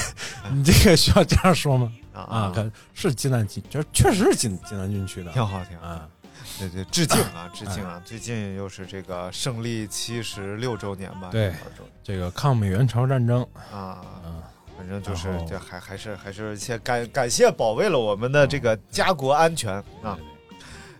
Speaker 9: 这个需要这样说吗？
Speaker 10: 嗯啊
Speaker 9: 啊，可是济南军，这确实是济济南军区的
Speaker 10: 挺好挺好。
Speaker 9: 啊，
Speaker 10: 对对，致敬啊致敬啊！最近又是这个胜利七十六周年吧？
Speaker 9: 对
Speaker 10: 多少周
Speaker 9: 这个抗美援朝战争
Speaker 10: 年啊。
Speaker 9: 啊，
Speaker 10: 反正就是
Speaker 9: 然后
Speaker 10: 这还还是还是先感感谢保卫了我们的这个家国安全啊，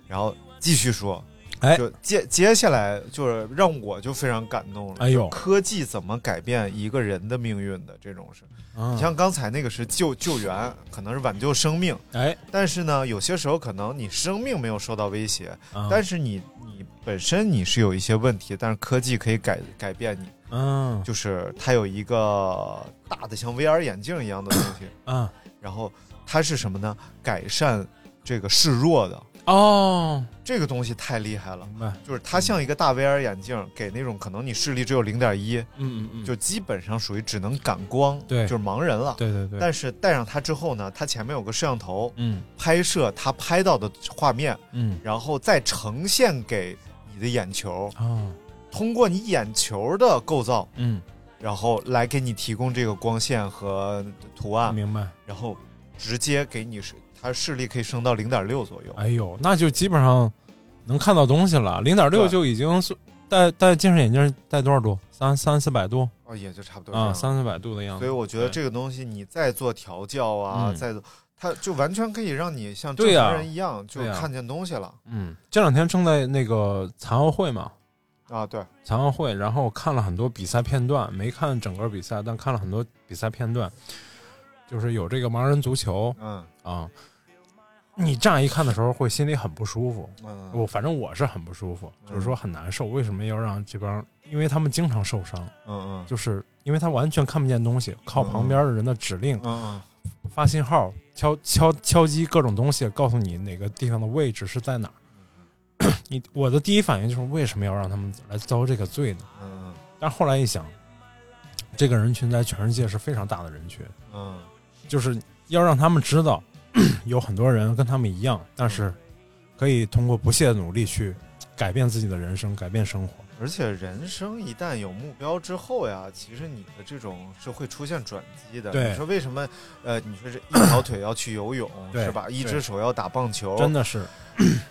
Speaker 10: 然后继续说，
Speaker 9: 哎
Speaker 10: 就接接下来就是让我就非常感动了，
Speaker 9: 哎呦
Speaker 10: 就科技怎么改变一个人的命运的这种事，
Speaker 9: 啊
Speaker 10: 你像刚才那个是救救援，可能是挽救生命，
Speaker 9: 哎，
Speaker 10: 但是呢，有些时候可能你生命没有受到威胁，
Speaker 9: 啊
Speaker 10: 但是你你本身你是有一些问题，但是科技可以改改变你，
Speaker 9: 嗯
Speaker 10: 就是它有一个大的像 VR 眼镜一样的东西。
Speaker 9: 啊
Speaker 10: 然后它是什么呢？改善这个示弱的
Speaker 9: 哦，
Speaker 10: 这个东西太厉害了，
Speaker 9: 明白，
Speaker 10: 就是它像一个大 VR 眼镜，给那种可能你视力只有零点一，
Speaker 9: 嗯嗯嗯，
Speaker 10: 就基本上属于只能感光，
Speaker 9: 对
Speaker 10: 就是盲人了。
Speaker 9: 对对对，
Speaker 10: 但是戴上它之后呢，它前面有个摄像头
Speaker 9: 嗯
Speaker 10: 拍摄它拍到的画面，
Speaker 9: 嗯
Speaker 10: 然后再呈现给你的眼球，
Speaker 9: 啊，
Speaker 10: 通过你眼球的构造，
Speaker 9: 嗯，
Speaker 10: 然后来给你提供这个光线和图案，
Speaker 9: 明白。
Speaker 10: 然后直接给你是它视力可以升到零点六左右。
Speaker 9: 哎呦，那就基本上能看到东西了。零点六
Speaker 10: 对
Speaker 9: 就已经是戴戴近视眼镜戴多少度？三三四百度
Speaker 10: 哦，也就差不多这样
Speaker 9: 啊，三四百度的样
Speaker 10: 所以
Speaker 9: 子。
Speaker 10: 我觉得这个东西你再做调教啊，
Speaker 9: 嗯
Speaker 10: 再做，它就完全可以让你像正
Speaker 9: 对呀
Speaker 10: 常人一样，就
Speaker 9: 对啊呀
Speaker 10: 看见东西了
Speaker 9: 嗯，这两天正在那个残奥会嘛，
Speaker 10: 啊。对，
Speaker 9: 残奥会，然后看了很多比赛片段，没看整个比赛，但看了很多比赛片段，就是有这个盲人足球
Speaker 10: 嗯
Speaker 9: 啊。你乍一看的时候会心里很不舒服，
Speaker 10: 嗯，
Speaker 9: 我反正我是很不舒服，就是说很难受。为什么要让这帮？因为他们经常受伤，
Speaker 10: 嗯嗯
Speaker 9: 就是因为他完全看不见东西，靠旁边的人的指令
Speaker 10: 嗯嗯
Speaker 9: 发信号、敲敲敲击各种东西，告诉你哪个地方的位置是在哪儿。
Speaker 10: 嗯
Speaker 9: 你我的第一反应就是为什么要让他们来遭这个罪呢？
Speaker 10: 嗯
Speaker 9: 但后来一想，这个人群在全世界是非常大的人群，
Speaker 10: 嗯嗯
Speaker 9: 就是要让他们知道， 有很多人跟他们一样，但
Speaker 10: 嗯
Speaker 9: 是可以通过不懈的努力去改变自己的人生，改变生活。
Speaker 10: 而且人生一旦有目标之后呀，其实你的这种是会出现转机的。
Speaker 9: 对
Speaker 10: 你说为什么？呃，你说这一条腿要去游泳
Speaker 9: 对
Speaker 10: 是吧？一
Speaker 9: 对
Speaker 10: 只手要打棒球，
Speaker 9: 真的是，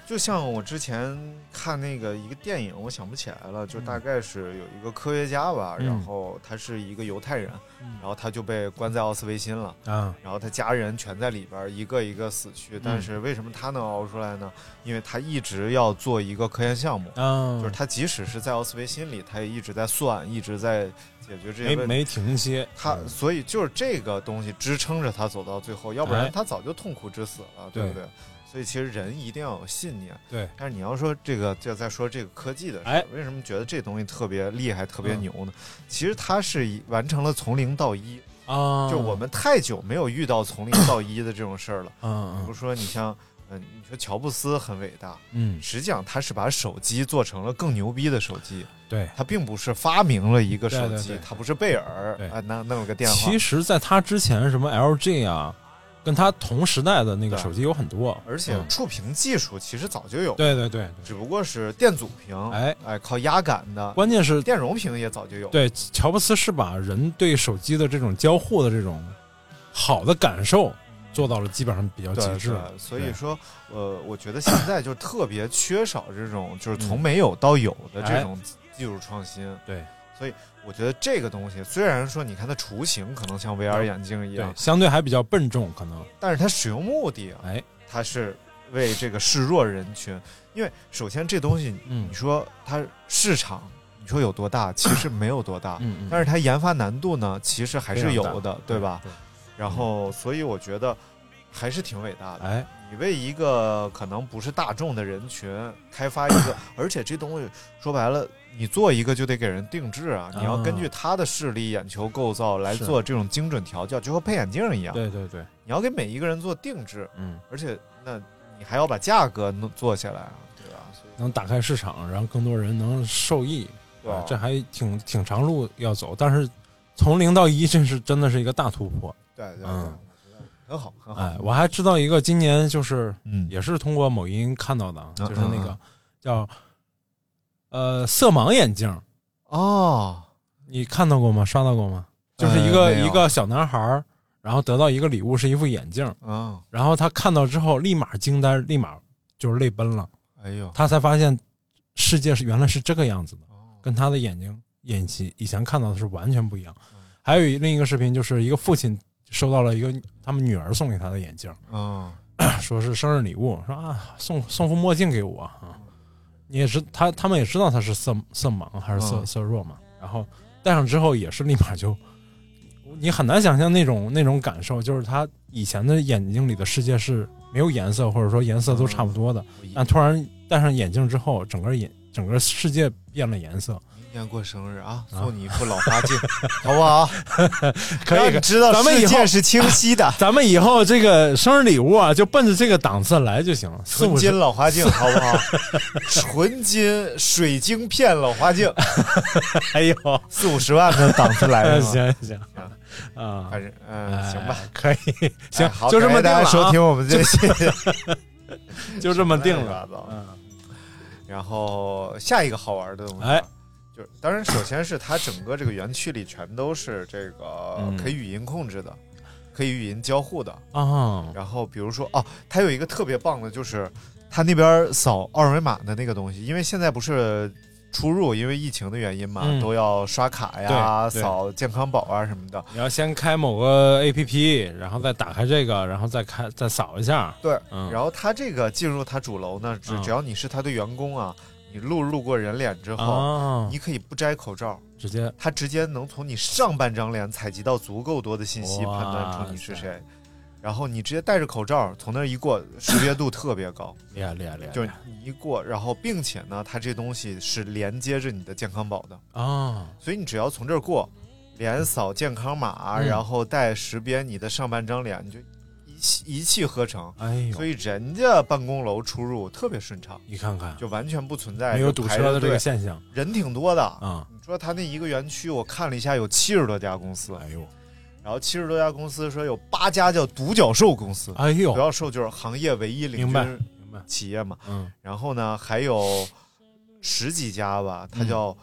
Speaker 10: 就像我之前看那个一个电影，我想不起来了，就大概是有一个科学家吧，
Speaker 9: 嗯
Speaker 10: 然后他是一个犹太人，然后他就被关在奥斯维辛了，
Speaker 9: 啊，
Speaker 10: 然后他家人全在里边儿一个一个死去，但
Speaker 9: 嗯
Speaker 10: 是为什么他能熬出来呢？因为他一直要做一个科研项目，
Speaker 9: 啊，
Speaker 10: 哦就是他即使是在奥斯维辛里，他也一直在算，一直在解决这
Speaker 9: 没
Speaker 10: 些问题。
Speaker 9: 没停歇，
Speaker 10: 他
Speaker 9: 嗯
Speaker 10: 所以就是这个东西支撑着他走到最后，要不
Speaker 9: 哎
Speaker 10: 然他早就痛苦致死了，对不
Speaker 9: 对
Speaker 10: 对？所以其实人一定要有信念。
Speaker 9: 对，
Speaker 10: 但是你要说这个，就再说这个科技的事儿，
Speaker 9: 哎嗯
Speaker 10: 为什么觉得这东西特别厉害、特别牛呢？其实它是一完成了从零到一，
Speaker 9: 啊，
Speaker 10: 就我们太久没有遇到从零到一的这种事儿了。比如
Speaker 9: 嗯，
Speaker 10: 说，你像，嗯、你说乔布斯很伟大，
Speaker 9: 嗯嗯，
Speaker 10: 实际上他是把手机做成了更牛逼的手机，
Speaker 9: 对。
Speaker 10: 他并不是发明了一个手
Speaker 9: 对对
Speaker 10: 机，
Speaker 9: 对
Speaker 10: 他不是贝尔
Speaker 9: 对
Speaker 10: 啊弄弄了个电话。
Speaker 9: 其实，在他之前，什么 LG 啊，跟他同时代的那个
Speaker 10: 对
Speaker 9: 手机有很多，
Speaker 10: 而且
Speaker 9: 嗯
Speaker 10: 触屏技术其实早就有，
Speaker 9: 对对对，
Speaker 10: 只不过是电阻屏，
Speaker 9: 哎
Speaker 10: 靠压感的，
Speaker 9: 关键是
Speaker 10: 电容屏也早就有。，
Speaker 9: 对，乔布斯是把人对手机的这种交互的这种好的感受做到了基本上比较极
Speaker 10: 对
Speaker 9: 致。
Speaker 10: 对，所以
Speaker 9: 对
Speaker 10: 说，呃，我觉得现在就特别缺少这种就是从没有到有的这种技术创新。
Speaker 9: 哎对
Speaker 10: 我觉得这个东西虽然说你看它雏形可能像 VR 眼镜一样
Speaker 9: 对，，相对还比较笨重，可能
Speaker 10: 但是它使用目的啊，
Speaker 9: 哎，
Speaker 10: 它是为这个示弱人群，因为首先这东西
Speaker 9: 嗯
Speaker 10: 你说它市场，你说有 多大，其实没有多大。
Speaker 9: 嗯嗯，
Speaker 10: 但是它研发难度呢，其实还是
Speaker 9: 非常
Speaker 10: 有
Speaker 9: 大嗯
Speaker 10: 的，对吧？？然后，所以我觉得还是挺伟大的。
Speaker 9: 哎，
Speaker 10: 你为一个可能不是大众的人群开发一 个，而且这东西说白了，你做一个就得给人定制啊，你要根据他的视力、眼球构造来
Speaker 9: 是
Speaker 10: 做这种精准调教，就和配眼镜一样，
Speaker 9: 对对对，
Speaker 10: 你要给每一个人做定制，
Speaker 9: 嗯，
Speaker 10: 而且那你还要把价格弄做下来啊，对吧？所以
Speaker 9: 能打开市场，然后更多人能受益，
Speaker 10: 对吧
Speaker 9: 啊哎这还挺挺长路要走，但是从零到一，这是真的是一个大突破。
Speaker 10: 对对对，
Speaker 9: 嗯
Speaker 10: 很好很好，
Speaker 9: 哎，我还知道一个，今年就是
Speaker 10: 嗯
Speaker 9: 也是通过某音看到的啊，
Speaker 10: 嗯
Speaker 9: 就是那
Speaker 10: 嗯
Speaker 9: 个叫呃色盲眼镜，
Speaker 10: 哦，
Speaker 9: 你看到过吗？刷到过吗？就是一个、
Speaker 10: 呃没有
Speaker 9: 一个小男孩儿，然后得到一个礼物是一副眼镜，
Speaker 10: 嗯，
Speaker 9: 然后他看到之后立马惊呆，立马就是泪奔了，
Speaker 10: 哎呦，
Speaker 9: 他才发现世界是原来是这个样子的，
Speaker 10: 哦
Speaker 9: 跟他的眼睛眼前以前看到的是完全不一样。
Speaker 10: 嗯
Speaker 9: 还有一另一个视频，就是一个父亲收到了一个他们女儿送给他的眼镜，
Speaker 10: 嗯
Speaker 9: 说是生日礼物，说啊送送副墨镜给我
Speaker 10: 嗯
Speaker 9: 啊。你也知他他们也知道他是色色盲还是色、
Speaker 10: 嗯
Speaker 9: 色弱嘛，然后戴上之后也是立马就，你很难想象那种那种感受，就是他以前的眼睛里的世界是没有颜色或者说颜色
Speaker 10: 嗯
Speaker 9: 都差不多的，
Speaker 10: 我一
Speaker 9: 但突然戴上眼镜之后，整个眼整个世界变了颜色，
Speaker 10: 明年过生日啊，送你一副老花镜， 好不好？
Speaker 9: 可以
Speaker 10: 让
Speaker 9: 可
Speaker 10: 你
Speaker 9: 以。
Speaker 10: 知道
Speaker 9: 咱们以
Speaker 10: 世
Speaker 9: 后
Speaker 10: 界是清 晰的，
Speaker 9: 咱们以后这个生日礼物啊，就奔着这个档次来就行了，四
Speaker 10: 纯
Speaker 9: 五十
Speaker 10: 金老花镜，好不好？纯金水晶片老 花镜，
Speaker 9: 哎呦，
Speaker 10: 四五十万的档次来了吗？
Speaker 9: 哎 行行啊，
Speaker 10: 反正嗯，行吧，
Speaker 9: 哎，可以，
Speaker 10: 哎
Speaker 9: 行，
Speaker 10: 好，
Speaker 9: 就这么
Speaker 10: 感
Speaker 9: 定了、啊，
Speaker 10: 谢大家收听我们这期， 哎
Speaker 9: 就这么定
Speaker 10: 乱七
Speaker 9: 了。
Speaker 10: 八糟
Speaker 9: 嗯，
Speaker 10: 然后下一个好玩的东西，
Speaker 9: 哎，
Speaker 10: 就当然，首先是它整个这个园区里全都是这个
Speaker 9: 嗯
Speaker 10: 可以语音控制的，可以语音交互的。
Speaker 9: 啊，
Speaker 10: 然后比如说哦，它有一个特别棒的，就是它那边扫二维码的那个东西，因为现在不是出入，因为疫情的原因嘛，
Speaker 9: 嗯
Speaker 10: 都要刷卡呀、
Speaker 9: 对对
Speaker 10: 扫健康宝啊什么的。
Speaker 9: 你要先开某个 A P P，然后再打开这个，然后再开再扫一下，
Speaker 10: 对，
Speaker 9: 嗯，
Speaker 10: 然后它这个进入它主楼呢，只
Speaker 9: 嗯
Speaker 10: 只要你是它的员工啊，你路路过人脸之后，
Speaker 9: 啊，
Speaker 10: 你可以不摘口罩，
Speaker 9: 直接
Speaker 10: 它直接能从你上半张脸采集到足够多的信息，
Speaker 9: 哇
Speaker 10: 判断出你是谁。然后你直接戴着口罩从那儿一过，识别度特别高。
Speaker 9: 厉害厉害厉害，
Speaker 10: 就是你一过，然后并且呢，它这东西是连接着你的健康宝的，
Speaker 9: 啊，
Speaker 10: 所以你只要从这儿过，连扫健康码，
Speaker 9: 嗯
Speaker 10: 然后带识别你的上半张脸，你就一气一气呵成。
Speaker 9: 哎呦
Speaker 10: 所，以人家办公楼出入特别顺畅，
Speaker 9: 你看看
Speaker 10: 就完全不存在
Speaker 9: 没有堵
Speaker 10: 就排
Speaker 9: 车
Speaker 10: 着
Speaker 9: 的这个
Speaker 10: 队
Speaker 9: 现象
Speaker 10: 人挺多的。
Speaker 9: 啊，
Speaker 10: 你说他那一个园区，我看了一下，有七十多家公司，
Speaker 9: 哎呦
Speaker 10: 然后七十多家公司说有八家叫独角兽公司，
Speaker 9: 哎
Speaker 10: 独
Speaker 9: 呦，
Speaker 10: 角兽就是行业唯一领
Speaker 9: 明白
Speaker 10: 军
Speaker 9: 明白，
Speaker 10: 企业嘛。
Speaker 9: 嗯，
Speaker 10: 然后呢，还有十几家吧，它
Speaker 9: 嗯
Speaker 10: 叫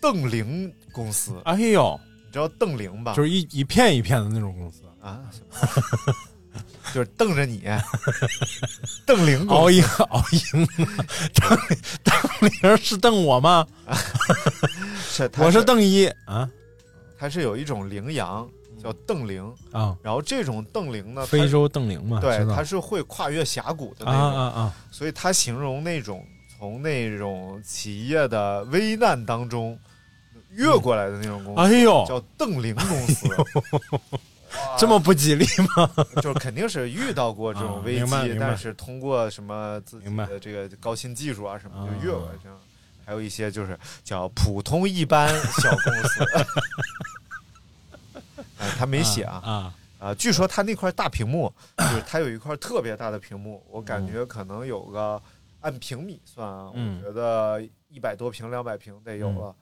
Speaker 10: 邓玲公司，
Speaker 9: 哎呦，
Speaker 10: 你知道邓玲吧？
Speaker 9: 就是一一片一片的那种公司，
Speaker 10: 啊， 什么就是瞪 着你，邓玲公
Speaker 9: 熬
Speaker 10: 司
Speaker 9: 鹰熬鹰，当当铃是瞪我吗？
Speaker 10: 是，它
Speaker 9: 我是，瞪一啊
Speaker 10: 它是有一种羚羊叫邓玲，
Speaker 9: 啊，
Speaker 10: 然后这种邓玲呢，它
Speaker 9: 嗯非洲瞪铃嘛，
Speaker 10: 呃对
Speaker 9: 啊知，道
Speaker 10: 它是会跨越峡谷的
Speaker 9: 啊
Speaker 10: 那
Speaker 9: 啊
Speaker 10: 种，
Speaker 9: 啊，
Speaker 10: 所以它形容那种从那种企业的危难当中越过来的那种公司，
Speaker 9: 嗯哎呦，哎
Speaker 10: 叫邓玲公司。哇
Speaker 9: 这么不吉利
Speaker 10: 啊
Speaker 9: 吗？
Speaker 10: 就是肯定是遇到过这种危
Speaker 9: 啊明白明
Speaker 10: 机，
Speaker 9: 白
Speaker 10: 但是通过什么自己
Speaker 9: 明白
Speaker 10: 的这个高新技术啊什么
Speaker 9: 啊
Speaker 10: 就越过这样，还有一些就是叫普通一般小公 司。啊，他没写啊
Speaker 9: 啊，
Speaker 10: 啊！据说他那块大屏幕，就是他有一块特别大的屏幕，我感觉可能有个按平米算啊，
Speaker 9: 嗯
Speaker 10: 我觉得一百多平、两百平得有了，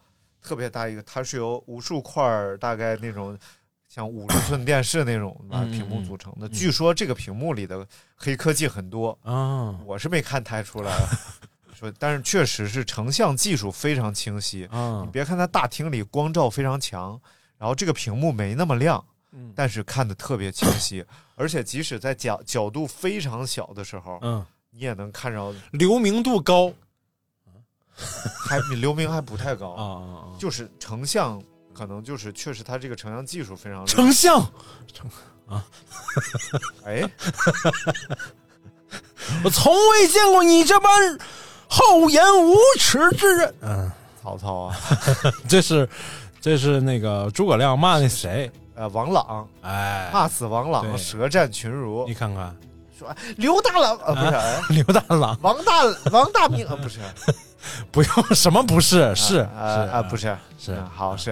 Speaker 10: 特别大一个。它是由无数块儿大概那种像五十寸电视那种吧
Speaker 9: 嗯嗯
Speaker 10: 屏幕
Speaker 9: 嗯
Speaker 10: 组成的。
Speaker 9: 嗯
Speaker 10: 据说这个屏幕里的黑科技很多，
Speaker 9: 啊
Speaker 10: 我是没看 太出来啊，说但是确实是成像技术非常清晰。
Speaker 9: 啊
Speaker 10: 你，别看它大厅里光照非常强，然后这个屏幕没那么亮，
Speaker 9: 嗯
Speaker 10: 但是看得特别清晰，而且即使在角角度非常小的时候，
Speaker 9: 嗯，
Speaker 10: 你也能看着，
Speaker 9: 流明度高
Speaker 10: 还比流明还不太高，
Speaker 9: 啊啊啊，
Speaker 10: 就是成像可能就是确实它这个成像技术 非常厉害
Speaker 9: 成像，
Speaker 10: 哎，
Speaker 9: 我从未见过你这般厚颜无耻之人。 嗯，
Speaker 10: 曹操啊，
Speaker 9: 这是这是那个诸葛亮骂那谁，
Speaker 10: 呃，王朗
Speaker 9: 哎，
Speaker 10: 骂死王朗，
Speaker 9: 对
Speaker 10: 舌战群儒
Speaker 9: 你，啊看看
Speaker 10: 说刘大郎呃不是。哎
Speaker 9: 刘大郎
Speaker 10: 王大王大明呃不是
Speaker 9: 不用什么不是 是是
Speaker 10: 啊啊不是
Speaker 9: 是
Speaker 10: 嗯好是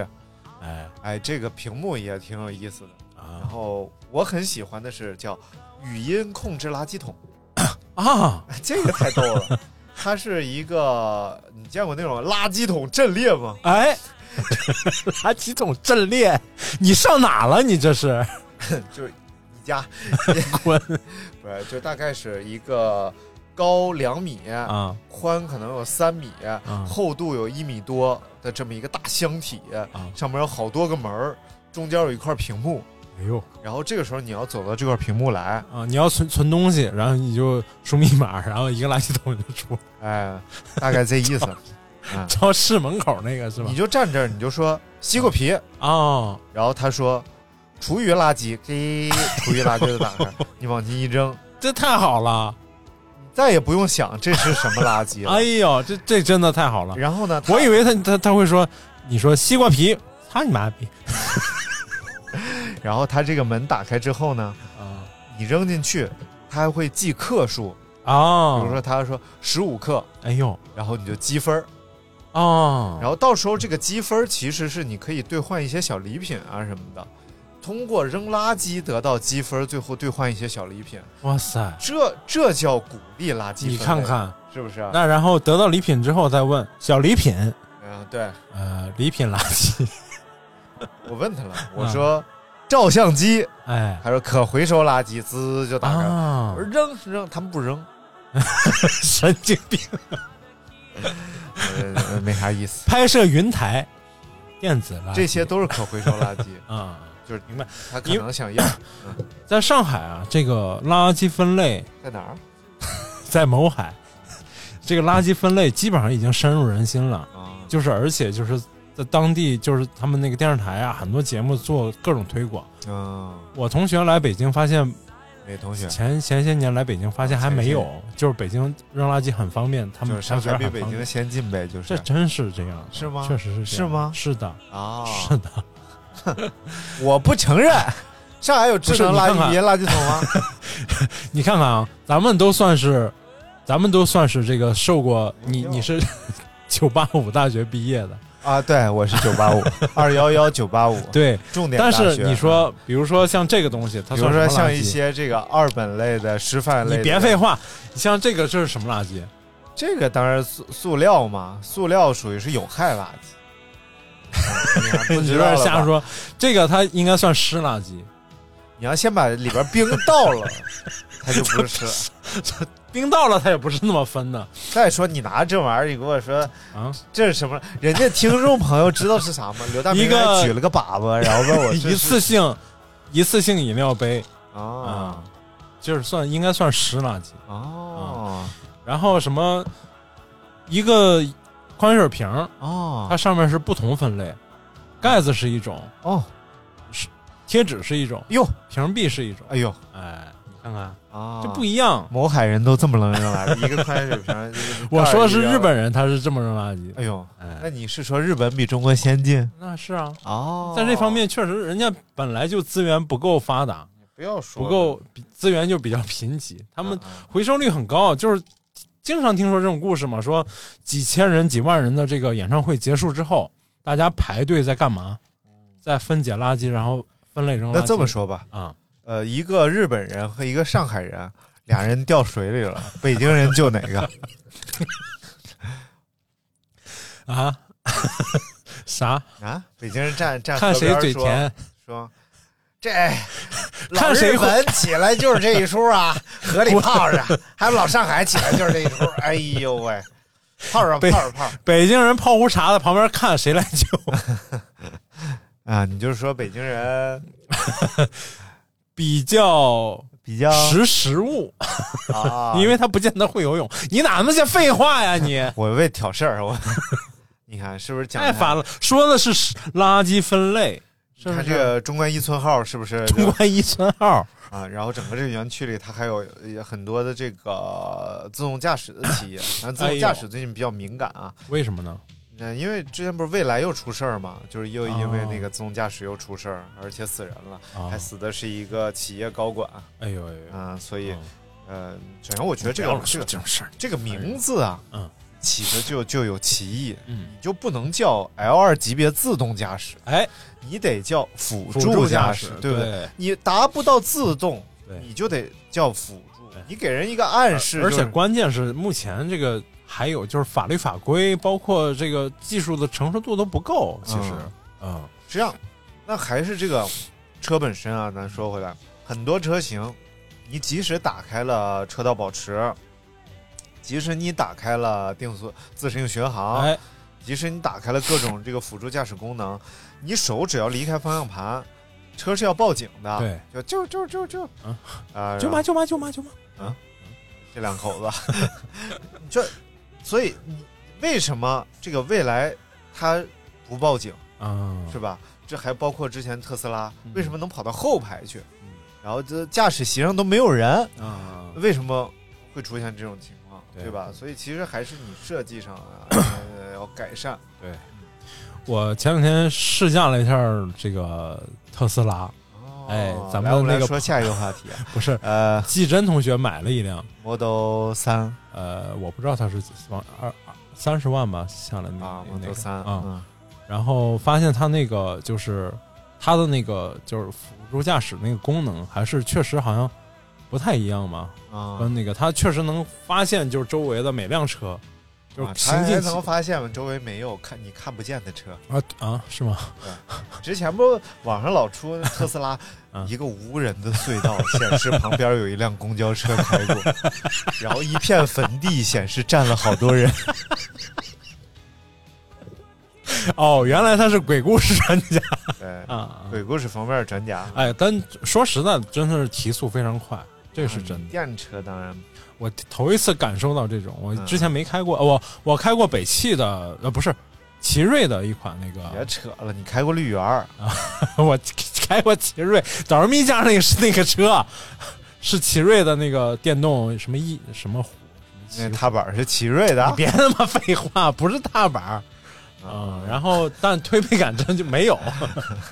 Speaker 9: 哎
Speaker 10: 哎这个屏幕也挺有意思的，然
Speaker 9: 啊
Speaker 10: 后我很喜欢的是叫语音控制垃圾桶，
Speaker 9: 啊
Speaker 10: 这个太逗了。它是一个，你见过那种垃圾桶阵列吗？
Speaker 9: 哎。垃圾桶阵列，你上哪了？你这是
Speaker 10: 就是一家，
Speaker 9: 滚
Speaker 10: 不是，就大概是一个高两米，
Speaker 9: 啊
Speaker 10: 宽可能有三米，
Speaker 9: 啊
Speaker 10: 厚度有一米多的这么一个大箱体，
Speaker 9: 啊！
Speaker 10: 上面有好多个门儿，中间有一块屏幕，
Speaker 9: 哎呦
Speaker 10: 然后这个时候你要走到这块屏幕来，
Speaker 9: 啊！你要存存东西，然后你就输密码，然后一个垃圾桶就出
Speaker 10: 哎，大概这意思，啊
Speaker 9: 超市门口那个是吧
Speaker 10: 你？就站这儿，你就说西瓜皮，
Speaker 9: 啊
Speaker 10: 然后他说厨余垃圾，给厨余垃圾就打 开，你往进一扔，
Speaker 9: 这太好了！
Speaker 10: 再也不用想这是什么垃圾了。
Speaker 9: 哎呦，这这真的太好了！
Speaker 10: 然后呢，他
Speaker 9: 我以为他他他会说，你说西瓜皮，操你妈逼
Speaker 10: 然后他这个门打开之后呢，
Speaker 9: 啊
Speaker 10: 你扔进去，他还会记克数，比
Speaker 9: 啊！
Speaker 10: 如说他说十五克，
Speaker 9: 哎呦
Speaker 10: 然后你就积分儿，
Speaker 9: 啊，
Speaker 10: 然后到时候这个积分儿其实是你可以兑换一些小礼品啊什么的。通过扔垃圾得到积分儿，最后兑换一些小礼品，
Speaker 9: 哇塞，
Speaker 10: 这这叫鼓励垃圾分类。
Speaker 9: 你看看
Speaker 10: 是不是啊？
Speaker 9: 那，然后得到礼品之后再问小礼品，
Speaker 10: 嗯，对，
Speaker 9: 呃，礼品垃 圾，
Speaker 10: 我问他了，我
Speaker 9: 嗯
Speaker 10: 说照相机，
Speaker 9: 哎
Speaker 10: 他说可回收垃圾，滋就打开了。
Speaker 9: 啊
Speaker 10: 我说，扔是扔，他们不扔，
Speaker 9: 神经病！
Speaker 10: 呃，没啥意思。
Speaker 9: 拍摄云台电子垃圾
Speaker 10: 这些都是可回收 垃圾，
Speaker 9: 啊、
Speaker 10: 就是
Speaker 9: 明白。
Speaker 10: 他可能想要
Speaker 9: 在上海啊，这个垃圾分类
Speaker 10: 在哪儿
Speaker 9: 在某海， 这个垃圾分类基本上已经深入人心了。
Speaker 10: 啊？
Speaker 9: 就是而且就是在当地，就是他们那个电视台啊，很多节目做各种推广。
Speaker 10: 嗯，
Speaker 9: 我同学来北京，发现
Speaker 10: 哪同学？
Speaker 9: 前前些年来北京，发现还没有，就是北京扔垃圾很方便，他
Speaker 10: 就
Speaker 9: 们
Speaker 10: 是
Speaker 9: 他
Speaker 10: 上
Speaker 9: 们觉
Speaker 10: 海
Speaker 9: 得很
Speaker 10: 比北
Speaker 9: 方
Speaker 10: 京
Speaker 9: 便。
Speaker 10: 先进呗，就是
Speaker 9: 这真是这样，
Speaker 10: 是吗
Speaker 9: 确实是这样
Speaker 10: 是吗
Speaker 9: 是的，
Speaker 10: 啊，
Speaker 9: 是的。
Speaker 10: 我不承认。上海有智能垃
Speaker 9: 不是你看看
Speaker 10: 圾垃圾桶吗？
Speaker 9: 你看看啊，咱们都算是，咱们都算是这个受过你你是 九八五大学毕业的，
Speaker 10: 啊，对，我是九 八五二幺幺九八五，
Speaker 9: 对。
Speaker 10: 重点大
Speaker 9: 但
Speaker 10: 学。嗯啊
Speaker 9: 是你说，比如说像这个东西，它
Speaker 10: 比
Speaker 9: 算
Speaker 10: 如说
Speaker 9: 什么垃
Speaker 10: 像
Speaker 9: 圾
Speaker 10: 一，些这个二本类的、师范类的，
Speaker 9: 你别废话，你像这个这是什么垃圾？
Speaker 10: 这个当然塑塑料嘛，塑料属于是有害垃 圾。你还不
Speaker 9: 你
Speaker 10: 知
Speaker 9: 有
Speaker 10: 道
Speaker 9: 点
Speaker 10: 了吧
Speaker 9: 瞎，说，这个它应该算湿垃圾，
Speaker 10: 你要先把里边冰倒了，它就不是吃。
Speaker 9: 冰到了它也不是那么分的
Speaker 10: 再说你拿这玩意儿，你跟我说
Speaker 9: 啊。
Speaker 10: 这是什么？人家听众朋友知道是啥吗？刘大明
Speaker 9: 一个
Speaker 10: 还举了个粑粑，然后问我这
Speaker 9: 一次
Speaker 10: 是
Speaker 9: 性，一次性饮料杯，
Speaker 10: 啊
Speaker 9: 就是算应该算湿垃圾。
Speaker 10: 哦
Speaker 9: 然后什么一个矿泉水瓶儿，它
Speaker 10: 哦
Speaker 9: 上面是不同分类，盖子是一种，
Speaker 10: 哦
Speaker 9: 贴纸是一种，
Speaker 10: 哟
Speaker 9: 瓶壁是一种。
Speaker 10: 哎呦
Speaker 9: 哎，你看看，
Speaker 10: 啊，
Speaker 9: 这不一样。
Speaker 10: 某海人都这么扔扔来了，一个矿泉水瓶儿。
Speaker 9: 我说的是日
Speaker 10: 人。
Speaker 9: 本人，他是这么扔垃圾。
Speaker 10: 哎呦，那
Speaker 9: 哎，
Speaker 10: 你是说日本比中国先进？
Speaker 9: 那是啊，
Speaker 10: 哦
Speaker 9: 在这方面确实人家本来就资源不够发达，
Speaker 10: 不要说嗯
Speaker 9: 不够比资源就比较贫瘠，他
Speaker 10: 他
Speaker 9: 们回收率很高，就是经常听说这种故事嘛，说几千人、几万人的这个演唱会结束之后，大家排队在干嘛？在分解垃圾，然后分类扔垃圾。
Speaker 10: 嗯那这么说吧，
Speaker 9: 啊，
Speaker 10: 呃，一个日本人和一个上海人，啊俩人掉水里了，北京人救哪个？
Speaker 9: 啊， 啥？
Speaker 10: 啊，北京人站站
Speaker 9: 看
Speaker 10: 河边
Speaker 9: 谁
Speaker 10: 儿
Speaker 9: 嘴
Speaker 10: 说
Speaker 9: 甜？
Speaker 10: 说这 老
Speaker 9: 看谁
Speaker 10: 日本起来就是这一出啊，河里泡着，还有老上海起来就是这一出，哎呦喂，泡着泡
Speaker 9: 北
Speaker 10: 着泡着
Speaker 9: 北京人泡壶茶在旁边看谁来救？
Speaker 10: 啊，你就是说北京人
Speaker 9: 比较
Speaker 10: 比较
Speaker 9: 识时务，
Speaker 10: 啊，
Speaker 9: 因为他不见得会游泳。你哪那些废话呀你？
Speaker 10: 我为挑事儿，我 你看是不是讲
Speaker 9: 太烦了，说的是垃圾分类，是
Speaker 10: 他
Speaker 9: 不
Speaker 10: 看
Speaker 9: 是？
Speaker 10: 这个中关一村号是不是就
Speaker 9: 中关一村号。
Speaker 10: 啊？然后整个这个园区里，它还有呃很多的这个自动驾驶的企业，然后自
Speaker 9: 哎
Speaker 10: 动
Speaker 9: 呦
Speaker 10: 驾驶最近比较敏感啊。
Speaker 9: 为什么呢？
Speaker 10: 嗯，因为之前不是蔚来又出事儿嘛，就是又
Speaker 9: 哦
Speaker 10: 因为那个自动驾驶又出事儿，而且死人了，
Speaker 9: 啊
Speaker 10: 还，死的是一个企业高管
Speaker 9: 哎呦哎呦，
Speaker 10: 啊，所以
Speaker 9: 嗯
Speaker 10: 呃，首先我觉得这
Speaker 9: 不要
Speaker 10: 个
Speaker 9: 老
Speaker 10: 这
Speaker 9: 说
Speaker 10: 个
Speaker 9: 这种事儿，
Speaker 10: 这个名字啊，
Speaker 9: 嗯，
Speaker 10: 起的就就有歧义，
Speaker 9: 嗯，
Speaker 10: 你就不能叫 L 二级别自动驾驶，
Speaker 9: 哎，
Speaker 10: 你得叫辅
Speaker 9: 辅助
Speaker 10: 驾
Speaker 9: 驾
Speaker 10: 驶
Speaker 9: 驶，
Speaker 10: 对不对？
Speaker 9: 对
Speaker 10: 你达不到自动，
Speaker 9: 对
Speaker 10: 你就得叫辅助
Speaker 9: 对。
Speaker 10: 你给人一个暗示、
Speaker 9: 而
Speaker 10: 就是
Speaker 9: 且关键是目前这个还有就是法律法规，包括这个技术的成熟度都不够，其实，嗯，
Speaker 10: 这样，那还是这个车本身啊。咱说回来，很多车型，你即使打开了车道保持，即使你打开了定速自适应巡航，
Speaker 9: 哎，
Speaker 10: 即使你打开了各种这个辅助驾驶功能，你手只要离开方向盘，车是要报警的。
Speaker 9: 对，
Speaker 10: 就就就就就
Speaker 9: 啊
Speaker 10: 啊！
Speaker 9: 舅
Speaker 10: 然后
Speaker 9: 妈舅妈舅妈舅妈，
Speaker 10: 这两口子， 这所以你为什么这个未来它不报警
Speaker 9: 嗯，
Speaker 10: 是吧？这还包括之前特斯拉
Speaker 9: 嗯
Speaker 10: 为什么能跑到后排去
Speaker 9: 嗯，
Speaker 10: 然后这驾驶席上都没有人，
Speaker 9: 啊，
Speaker 10: 为什么会出现这种情况，
Speaker 9: 对
Speaker 10: 对吧？所以其实还是你设计上 啊呃要改善。
Speaker 9: 我前两天试驾了一下这个特斯拉，
Speaker 10: 哦
Speaker 9: 哎咱们
Speaker 10: 来我们
Speaker 9: 那
Speaker 10: 来
Speaker 9: 个
Speaker 10: 说下一个话 题啊，
Speaker 9: 不是
Speaker 10: 呃
Speaker 9: 季真同学买了一辆，
Speaker 10: ，Model 三
Speaker 9: 呃，我不知道他是往二二三十万吧下来那
Speaker 10: 啊
Speaker 9: 那
Speaker 10: ，Model
Speaker 9: 个
Speaker 10: 三
Speaker 9: 啊，，然后发现它那个就是它的那个就是辅助驾驶那个功能，还是确实好像不太一样嘛。
Speaker 10: 嗯啊
Speaker 9: 跟，那个它确实能发现就是周围的每辆车，就是
Speaker 10: 啊
Speaker 9: 行
Speaker 10: 它
Speaker 9: 进
Speaker 10: 还
Speaker 9: 起
Speaker 10: 能发现吗周围没有看你看不见的车。
Speaker 9: 啊啊是吗？
Speaker 10: 之前不网上老出特斯拉
Speaker 9: 嗯
Speaker 10: 一个无人的隧道显示旁边有一辆公交车开 过，然后一 片坟地显示站了好多人。
Speaker 9: 哦，原来他是鬼故事专 家
Speaker 10: 对，
Speaker 9: 啊！
Speaker 10: 鬼故事方面专家，
Speaker 9: 哎，但说实在，真的是提速非常快，这是真的。
Speaker 10: 电车当然
Speaker 9: 我头一次感受到这种，我
Speaker 10: 嗯
Speaker 9: 之前没开过，哦我我开过北汽的，呃，不是奇瑞的一款那
Speaker 10: 别
Speaker 9: 个，
Speaker 10: 扯了，你开过绿源
Speaker 9: 啊
Speaker 10: 儿，
Speaker 9: 我开过奇瑞，早上咪家那个是那个车，是奇瑞的那个电动什么一什么虎，什
Speaker 10: 那
Speaker 9: 么奇
Speaker 10: 踏板是奇瑞的
Speaker 9: 你别他妈废话，不是踏板儿。
Speaker 10: 啊
Speaker 9: 嗯，然后但推背感真就没有，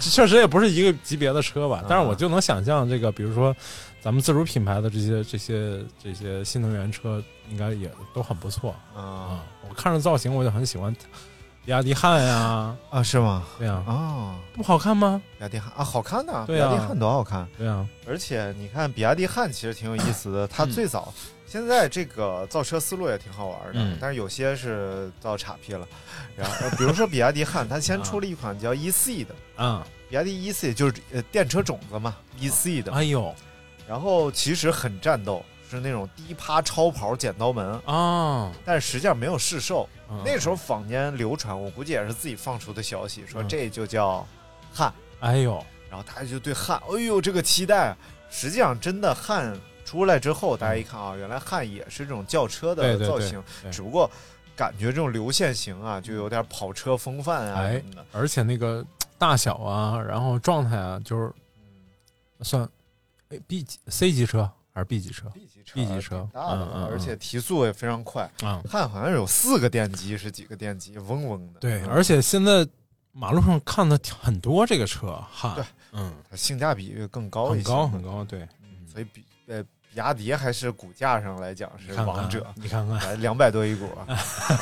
Speaker 9: 确实也不是一个级别的车吧。但是我就能想象，这个比如说咱们自主品牌的这些这些这些新能源车，应该也都很不错
Speaker 10: 啊
Speaker 9: 啊、我看着造型我就很喜欢雅迪汉呀，
Speaker 10: 啊是吗？
Speaker 9: 对呀、
Speaker 10: 哦，
Speaker 9: 不好看吗？
Speaker 10: 比亚迪汉啊，好看呐、比
Speaker 9: 对啊
Speaker 10: 亚迪汉多好看！
Speaker 9: 对呀、
Speaker 10: 而且你看，比亚迪汉其实挺有意思的。它
Speaker 9: 嗯
Speaker 10: 最早，现在这个造车思路也挺好玩的，
Speaker 9: 嗯
Speaker 10: 但是有些是造岔劈了。然后，比如说比亚迪汉，它先出了一款叫 EC 的，
Speaker 9: 啊，
Speaker 10: 比亚迪 EC 就是呃电车种子嘛，EC 的。
Speaker 9: 哎呦
Speaker 10: 然后其实很战斗，是那种低趴超跑剪刀门，
Speaker 9: 啊，
Speaker 10: 但实际上没有试售。
Speaker 9: 嗯
Speaker 10: 那时候坊间流传，我估计也是自己放出的消息，说
Speaker 9: 嗯
Speaker 10: 这就叫汉。
Speaker 9: 哎呦
Speaker 10: 然后大家就对汉，哎呦这个期待啊！实际上真的汉出来之后，大家一看啊，原来汉也是这种轿车的
Speaker 9: 对对
Speaker 10: 造
Speaker 9: 对
Speaker 10: 型，
Speaker 9: 对
Speaker 10: 只不过感觉这种流线型啊，就有点跑车风范啊
Speaker 9: 哎
Speaker 10: 什么的。
Speaker 9: 而且那个大小啊，然后状态啊，就是
Speaker 10: 嗯
Speaker 9: 算哎 B 级 C 级车还是 B 级车
Speaker 10: B 级车
Speaker 9: B 级车
Speaker 10: 挺大的
Speaker 9: 嗯嗯嗯
Speaker 10: 而且提速也非常快。
Speaker 9: 啊？
Speaker 10: 汉好像有四个电机，是几个电机，嗡嗡的。
Speaker 9: 对，
Speaker 10: 嗯
Speaker 9: 而且现在马路上看的挺很多这个车哈，
Speaker 10: 对，
Speaker 9: 嗯，
Speaker 10: 它性价比更高一
Speaker 9: 很
Speaker 10: 些，
Speaker 9: 高很高，对，
Speaker 10: 所以比呃比亚迪还是股价上来讲是
Speaker 9: 你看看
Speaker 10: 王者，，
Speaker 9: 你看看，
Speaker 10: 两百多一 股，啊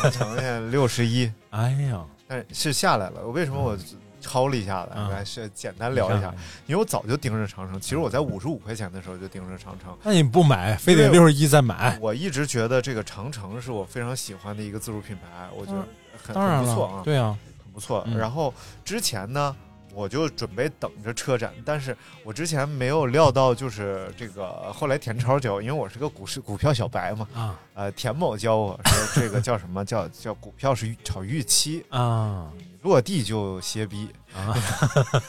Speaker 10: 长城现六十一，
Speaker 9: 哎呀，
Speaker 10: 但是是下来了。我为什么我抄了一下来？
Speaker 9: 嗯
Speaker 10: 我还是简单聊一下
Speaker 9: 你看，看，
Speaker 10: 因为我早就盯着长城。其实我在五十五块钱的时候就盯着长城。
Speaker 9: 那你不买，非得
Speaker 10: 因为
Speaker 9: 六十一再买，
Speaker 10: 我一直觉得这个长城是我非常喜欢的一个自主品牌，我觉得很
Speaker 9: 嗯当然
Speaker 10: 很不错
Speaker 9: 了
Speaker 10: 啊，，
Speaker 9: 对啊，
Speaker 10: 很不错。
Speaker 9: 嗯
Speaker 10: 然后之前呢，我就准备等着车展，但是我之前没有料到，就是这个后来田超教我，因为我是个股市股票小白嘛，
Speaker 9: 啊
Speaker 10: 呃，田某教我说这个叫什么叫叫股票是炒预期，
Speaker 9: 啊
Speaker 10: 落地就歇逼。
Speaker 9: 啊，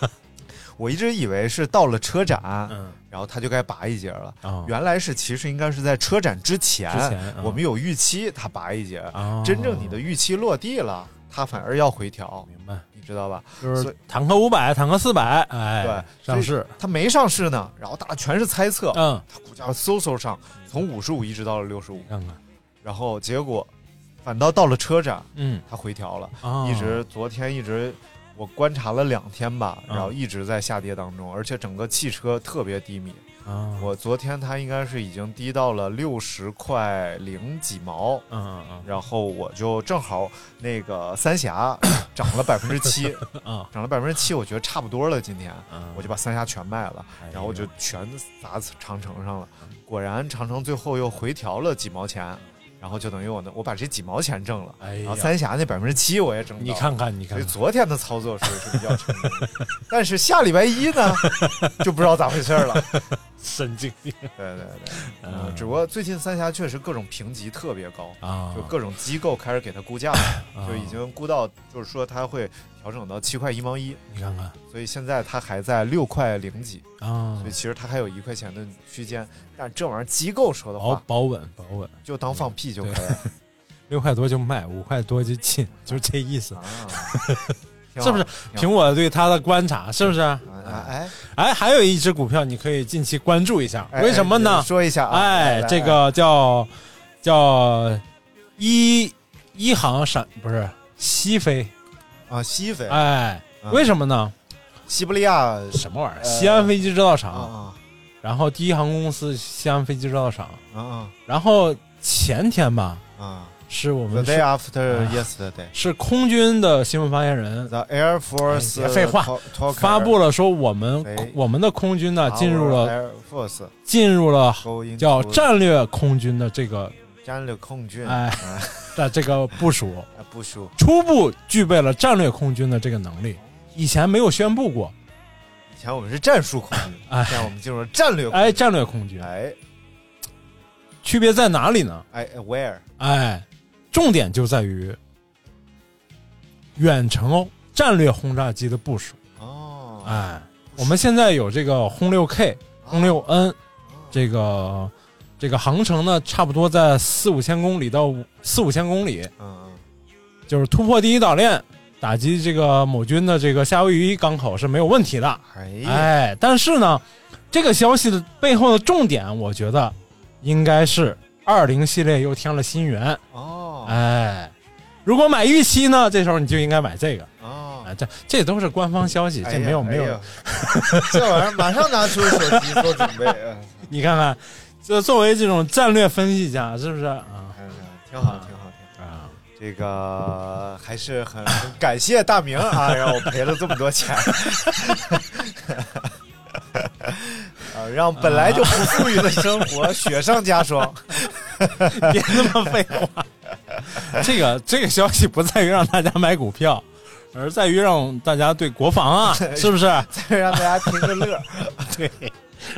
Speaker 10: 我一直以为是到了车展，
Speaker 9: 嗯
Speaker 10: 然后他就该拔一节了。
Speaker 9: 啊，
Speaker 10: 原来是其实应该是在车展之前，
Speaker 9: 之前啊
Speaker 10: 我们有预期，他拔一节。
Speaker 9: 啊，
Speaker 10: 真正你的预期落地了，它反而要回调，
Speaker 9: 明白，
Speaker 10: 你知道吧？
Speaker 9: 就
Speaker 10: 所
Speaker 9: 是
Speaker 10: 以
Speaker 9: 坦克五百，坦克四百，哎，
Speaker 10: 对
Speaker 9: 上市，
Speaker 10: 它没上市呢，然后大家全是猜测，
Speaker 9: 嗯，
Speaker 10: 它股价嗖嗖上，从五十五一直到了六十五
Speaker 9: 你，看看，
Speaker 10: 然后结果反倒到了车展，
Speaker 9: 嗯，
Speaker 10: 它回调了，
Speaker 9: 啊，
Speaker 10: 一直昨天一直我观察了两天吧，
Speaker 9: 嗯
Speaker 10: 然后一直在下跌当中，而且整个汽车特别低迷。
Speaker 9: 啊，
Speaker 10: 我昨天它应该是已经低到了六十块零几毛，
Speaker 9: 嗯嗯
Speaker 10: 然后我就正好那个 三峡涨了百分之七，
Speaker 9: 嗯啊
Speaker 10: 涨了百分之七，我觉得差不多了。今天
Speaker 9: 嗯，
Speaker 10: 我就把三峡全卖了，
Speaker 9: 哎呦
Speaker 10: 然后我就全砸长城上了。果然长城最后又回调了几毛钱，然后就等于我呢，我把这几毛钱挣了。
Speaker 9: 哎
Speaker 10: 然
Speaker 9: 呀
Speaker 10: 后，三峡那百分之七我也挣到了。
Speaker 9: 你看看，你
Speaker 10: 所
Speaker 9: 看
Speaker 10: 以
Speaker 9: 看，
Speaker 10: 昨天的操作是是比较成功的， 但是下礼拜一呢， 就不知道咋回 事儿了。
Speaker 9: 神经病
Speaker 10: 对对对，
Speaker 9: 嗯
Speaker 10: 嗯，只不过最近三峡确实各种评级特别高，
Speaker 9: 啊，
Speaker 10: 就各种机构开始给它估价了，
Speaker 9: 啊
Speaker 10: 就已经估到，就是说它会调整到七块一毛一，
Speaker 9: 你看看
Speaker 10: 所以现在它还在六块零几，
Speaker 9: 啊
Speaker 10: 所以，其实它还有一块钱的区间。但这玩意儿机构说的
Speaker 9: 保
Speaker 10: 话，
Speaker 9: 保稳保稳，
Speaker 10: 就当放屁就可以了
Speaker 9: 六块多就卖，五块多就进， 就是这意思，
Speaker 10: 啊，
Speaker 9: 是不是？凭我对它的观察，是不是？
Speaker 10: 挺好？啊哎，
Speaker 9: 哎，还有一只股票你可以近期关注一下，
Speaker 10: 哎
Speaker 9: 为什么呢？
Speaker 10: 说一下啊，来
Speaker 9: 哎，
Speaker 10: 来
Speaker 9: 这个叫叫一一航闪不是西非，
Speaker 10: 啊，西非，
Speaker 9: 哎，
Speaker 10: 嗯
Speaker 9: 为什么呢？
Speaker 10: 西伯利亚
Speaker 9: 什么玩意儿？
Speaker 10: 呃
Speaker 9: 西安飞机制造
Speaker 10: 啊
Speaker 9: 厂，
Speaker 10: 啊
Speaker 9: 然后第一航空公司西安飞机制造厂，
Speaker 10: 啊啊
Speaker 9: 然后前天吧，
Speaker 10: 啊
Speaker 9: 是我
Speaker 10: ！The
Speaker 9: 们
Speaker 10: day
Speaker 9: 是
Speaker 10: after
Speaker 9: 啊
Speaker 10: yesterday。
Speaker 9: 是空军的新闻发言人
Speaker 10: The Air Force
Speaker 9: 哎别废话
Speaker 10: talk- talker
Speaker 9: 发布了说，我们
Speaker 10: 谁
Speaker 9: 我们的空军呢
Speaker 10: Our
Speaker 9: 进入了
Speaker 10: Air Force
Speaker 9: 进入了
Speaker 10: going
Speaker 9: 叫
Speaker 10: to
Speaker 9: 战略空军的这个
Speaker 10: 战略空军，哎
Speaker 9: 哎
Speaker 10: 啊，
Speaker 9: 的这个部署，
Speaker 10: 不输，
Speaker 9: 初步具备了战略空军的这个能力，以前没有宣布过。
Speaker 10: 以前我们是战术空军，
Speaker 9: 哎
Speaker 10: 现在我们进入了战略空
Speaker 9: 哎，战略空军
Speaker 10: 军，哎
Speaker 9: 区别在哪里呢？哎
Speaker 10: 哎 where
Speaker 9: 哎，重点就在于远程哦战略轰炸机的部署。
Speaker 10: 哦，
Speaker 9: 哎，我们现在有这个轰六 K、轰六 N，这个这个航程呢，差不多在四五千公里到五四五千公里，
Speaker 10: 嗯嗯，
Speaker 9: 就是突破第一岛链，打击这个某军的这个夏威夷港口是没有问题的。
Speaker 10: 哎呀，
Speaker 9: 哎，但是呢，这个消息的背后的重点，我觉得应该是二零系列又添了新元。
Speaker 10: 哦，
Speaker 9: 哎，如果买预期呢，这时候你就应该买这个。
Speaker 10: 哦，
Speaker 9: 啊，这这都是官方消息，
Speaker 10: 哎
Speaker 9: 这
Speaker 10: 呀
Speaker 9: 没有、没，
Speaker 10: 哎
Speaker 9: 有
Speaker 10: 呀这玩意儿马上拿出手机做准备，嗯
Speaker 9: 你看看，这作为这种战略分析家，是不是啊？
Speaker 10: 看看嗯挺好，挺好，挺好。
Speaker 9: 啊，
Speaker 10: 这个还是很很感谢大明啊， 让我赔了这么多钱， 啊，让本来就不富裕的生活雪上加霜。
Speaker 9: 别那么废话。这个这个消息不在于让大家买股票，而在于让大家对国防 啊，是不是？
Speaker 10: 再让大家听个乐儿，
Speaker 9: 对，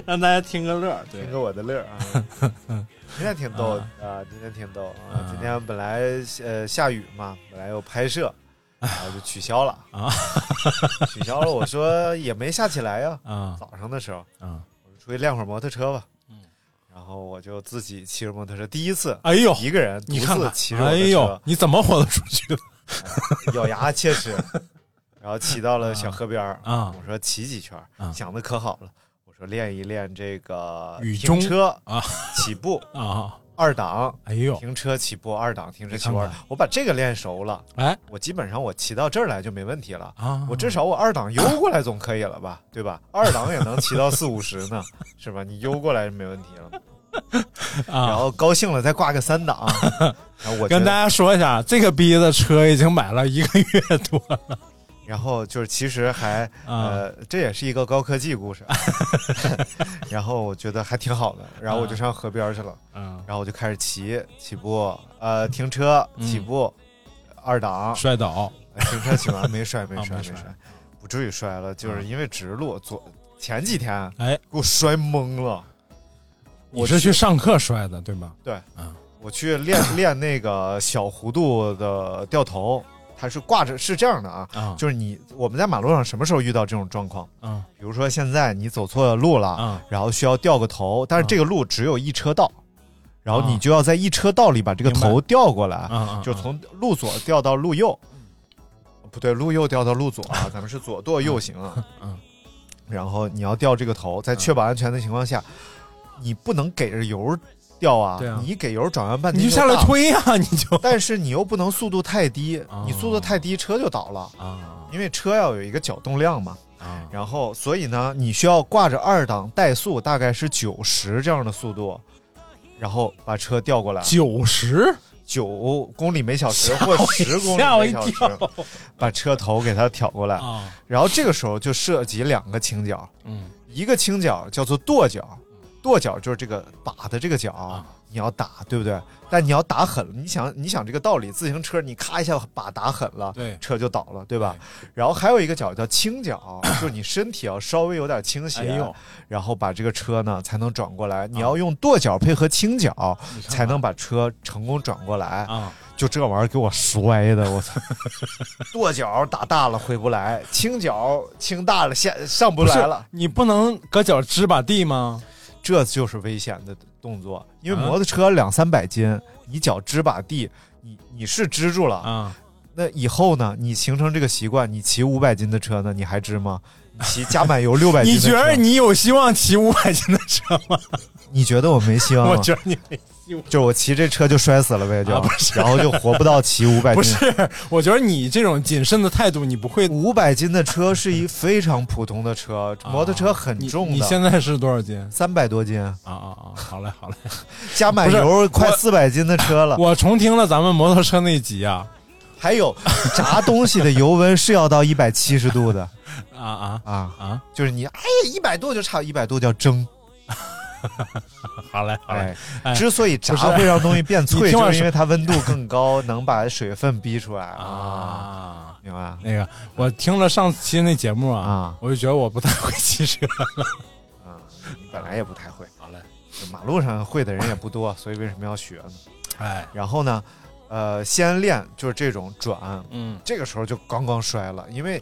Speaker 9: 让大家听个乐儿。对
Speaker 10: 听，个我的乐儿啊。 今天挺逗的啊，今天挺逗啊
Speaker 9: 啊。
Speaker 10: 今天本来呃下雨嘛，本来有拍摄，然后就取消了
Speaker 9: 啊，
Speaker 10: 取消了。我说也没下起来呀，
Speaker 9: 啊
Speaker 10: 早上的时候
Speaker 9: 啊，
Speaker 10: 我说出去练会儿摩托车吧，
Speaker 9: 嗯
Speaker 10: 然后我就自己骑着摩托车，第一次
Speaker 9: 哎呦，
Speaker 10: 一个人独
Speaker 9: 你看
Speaker 10: 自
Speaker 9: 看
Speaker 10: 骑，着摩
Speaker 9: 哎呦
Speaker 10: 托，
Speaker 9: 你怎么活得出去的？
Speaker 10: 车，咬牙切齿，然后骑到了小河边儿
Speaker 9: 啊
Speaker 10: 我说骑几圈儿
Speaker 9: 啊，
Speaker 10: 想的可好了，我说练一练这个
Speaker 9: 雨
Speaker 10: 停
Speaker 9: 中
Speaker 10: 车
Speaker 9: 啊
Speaker 10: 起步
Speaker 9: 啊，
Speaker 10: 二档。
Speaker 9: 哎呦，
Speaker 10: 停车起步二档，停车起
Speaker 9: 你
Speaker 10: 步
Speaker 9: 看
Speaker 10: 二
Speaker 9: 看，
Speaker 10: 我把这个练熟了，
Speaker 9: 哎
Speaker 10: 我基本上我骑到这儿来就没问题了。
Speaker 9: 啊，
Speaker 10: 我至少我二档悠过来总可以了吧，对 吧？二档也能骑到四五十呢，是吧？你悠过来是没问题了。然
Speaker 9: 啊，
Speaker 10: 后高兴了再挂个 三档，然后我觉
Speaker 9: 跟大
Speaker 10: 得，
Speaker 9: 家说一下，这个逼的车已经买了一个月多 了。
Speaker 10: 然后就是其实还
Speaker 9: 啊
Speaker 10: 呃，这也是一个高科 技故事，然后我觉得还挺好的，然后我就上河边去了，
Speaker 9: 啊，
Speaker 10: 然后我就开始骑起步，呃，停车
Speaker 9: 嗯
Speaker 10: 起步，二档
Speaker 9: 摔倒
Speaker 10: 停车起哎完没摔没
Speaker 9: 啊
Speaker 10: 摔
Speaker 9: 没
Speaker 10: 没
Speaker 9: 摔
Speaker 10: 摔，不至于摔了，就是因为直路左前几天啊
Speaker 9: 哎
Speaker 10: 给我摔懵了，
Speaker 9: 我是去上课摔的，对吗？
Speaker 10: 我去练练那个小弧度的掉头，它是挂着是这样的啊，
Speaker 9: 啊，
Speaker 10: 就是你我们在马路上什么时候遇到这种状况？
Speaker 9: 啊
Speaker 10: 比如说现在你走错路了，
Speaker 9: 啊
Speaker 10: 然后需要掉个头，但是这个路只有一车道，然后你就要在一车道里把这个
Speaker 9: 明白
Speaker 10: 头调过来，
Speaker 9: 啊啊，
Speaker 10: 就从路左调到路右，嗯不对，路右调到路左 啊，咱们是左舵右行啊。嗯
Speaker 9: 嗯
Speaker 10: 然后你要掉这个头，在确保安全的情况下，你不能给着油掉啊，
Speaker 9: 对啊
Speaker 10: 你一给油转弯半
Speaker 9: 你
Speaker 10: 天
Speaker 9: 就下来
Speaker 10: 大，
Speaker 9: 推呀，你就
Speaker 10: 但是你又不能速度太低，
Speaker 9: 哦
Speaker 10: 你速度太低车就倒了，
Speaker 9: 啊
Speaker 10: 因为车要有一个角动量嘛。
Speaker 9: 啊
Speaker 10: 然后，所以呢，你需要挂着二档怠速，大概是九十这样的速度，然后把车调过来，
Speaker 9: 九十，
Speaker 10: 九公里每小时或十公里
Speaker 9: 吓我
Speaker 10: 每
Speaker 9: 一
Speaker 10: 小时，
Speaker 9: 跳
Speaker 10: 把车头给它挑过来。
Speaker 9: 啊，
Speaker 10: 然后这个时候就涉及两个倾角，
Speaker 9: 嗯
Speaker 10: 一个倾角叫做跺脚，跺脚就是这个把的这个角
Speaker 9: 啊，
Speaker 10: 你要打，对不对？但你要打狠了，你想你想这个道理，自行车你咔一下把打狠了，
Speaker 9: 对
Speaker 10: 车就倒了，对吧？然后还有一个角叫倾角， 就是你身体要稍微有点倾斜，
Speaker 9: 哎呦啊
Speaker 10: 然后把这个车呢才能转过来。你要用跺脚配合倾角，才能把车成功转过来。
Speaker 9: 啊
Speaker 10: 就这玩意儿给我摔的，我操！跺脚打大了回不来，倾角倾大了下上不
Speaker 9: 不
Speaker 10: 来了，，
Speaker 9: 你不能搁脚支把地吗？
Speaker 10: 这就是危险的动作。因为
Speaker 9: 啊
Speaker 10: 摩托车两三百斤，你脚支把地，你你是支住了，
Speaker 9: 啊
Speaker 10: 那以后呢？你形成这个习惯，你骑五百斤的车呢，你还支吗？你骑加满 油六百斤
Speaker 9: 你
Speaker 10: 的车，
Speaker 9: 觉得你有希望骑五百斤的车吗？
Speaker 10: 你觉得我没希 望
Speaker 9: 我
Speaker 10: 吗？
Speaker 9: 觉得你没希望。
Speaker 10: 就是我骑这车就摔死了呗，就、
Speaker 9: 啊不是
Speaker 10: 然后就活不到骑五百
Speaker 9: 不
Speaker 10: 斤
Speaker 9: 是。，我觉得你这种谨慎的态度，你不会
Speaker 10: 五百斤的车是一非常普通的车，摩托车很
Speaker 9: 你
Speaker 10: 重
Speaker 9: 你
Speaker 10: 的，
Speaker 9: 现在是多少斤？
Speaker 10: 三百多斤，
Speaker 9: 啊啊啊！好嘞， 好嘞。
Speaker 10: 加满油快四百斤的车了。
Speaker 9: 我重听了咱们摩托车那集啊
Speaker 10: 还有炸东西的油温是要到一百七十度的
Speaker 9: 啊啊
Speaker 10: 啊，
Speaker 9: 啊！
Speaker 10: 就是你哎呀一百度就差一百度叫蒸，
Speaker 9: 好嘞，好嘞
Speaker 10: 哎。，
Speaker 9: 哎
Speaker 10: 之所以炸
Speaker 9: 不是
Speaker 10: 会让东西变脆，
Speaker 9: 你听我说
Speaker 10: 就是因为它温度更高， 能把水分逼出来啊，
Speaker 9: 啊。
Speaker 10: 明白吧？
Speaker 9: 那个，我听了上期那节目啊，
Speaker 10: 啊
Speaker 9: 我就觉得我不太会骑车了。
Speaker 10: 啊，你本来也不太会，
Speaker 9: 好嘞，
Speaker 10: 马路上会的人也不多，所以为什么要学呢？
Speaker 9: 哎，
Speaker 10: 然后呢，呃，先练就是这种转，
Speaker 9: 嗯
Speaker 10: 这个时候就刚刚摔了，因为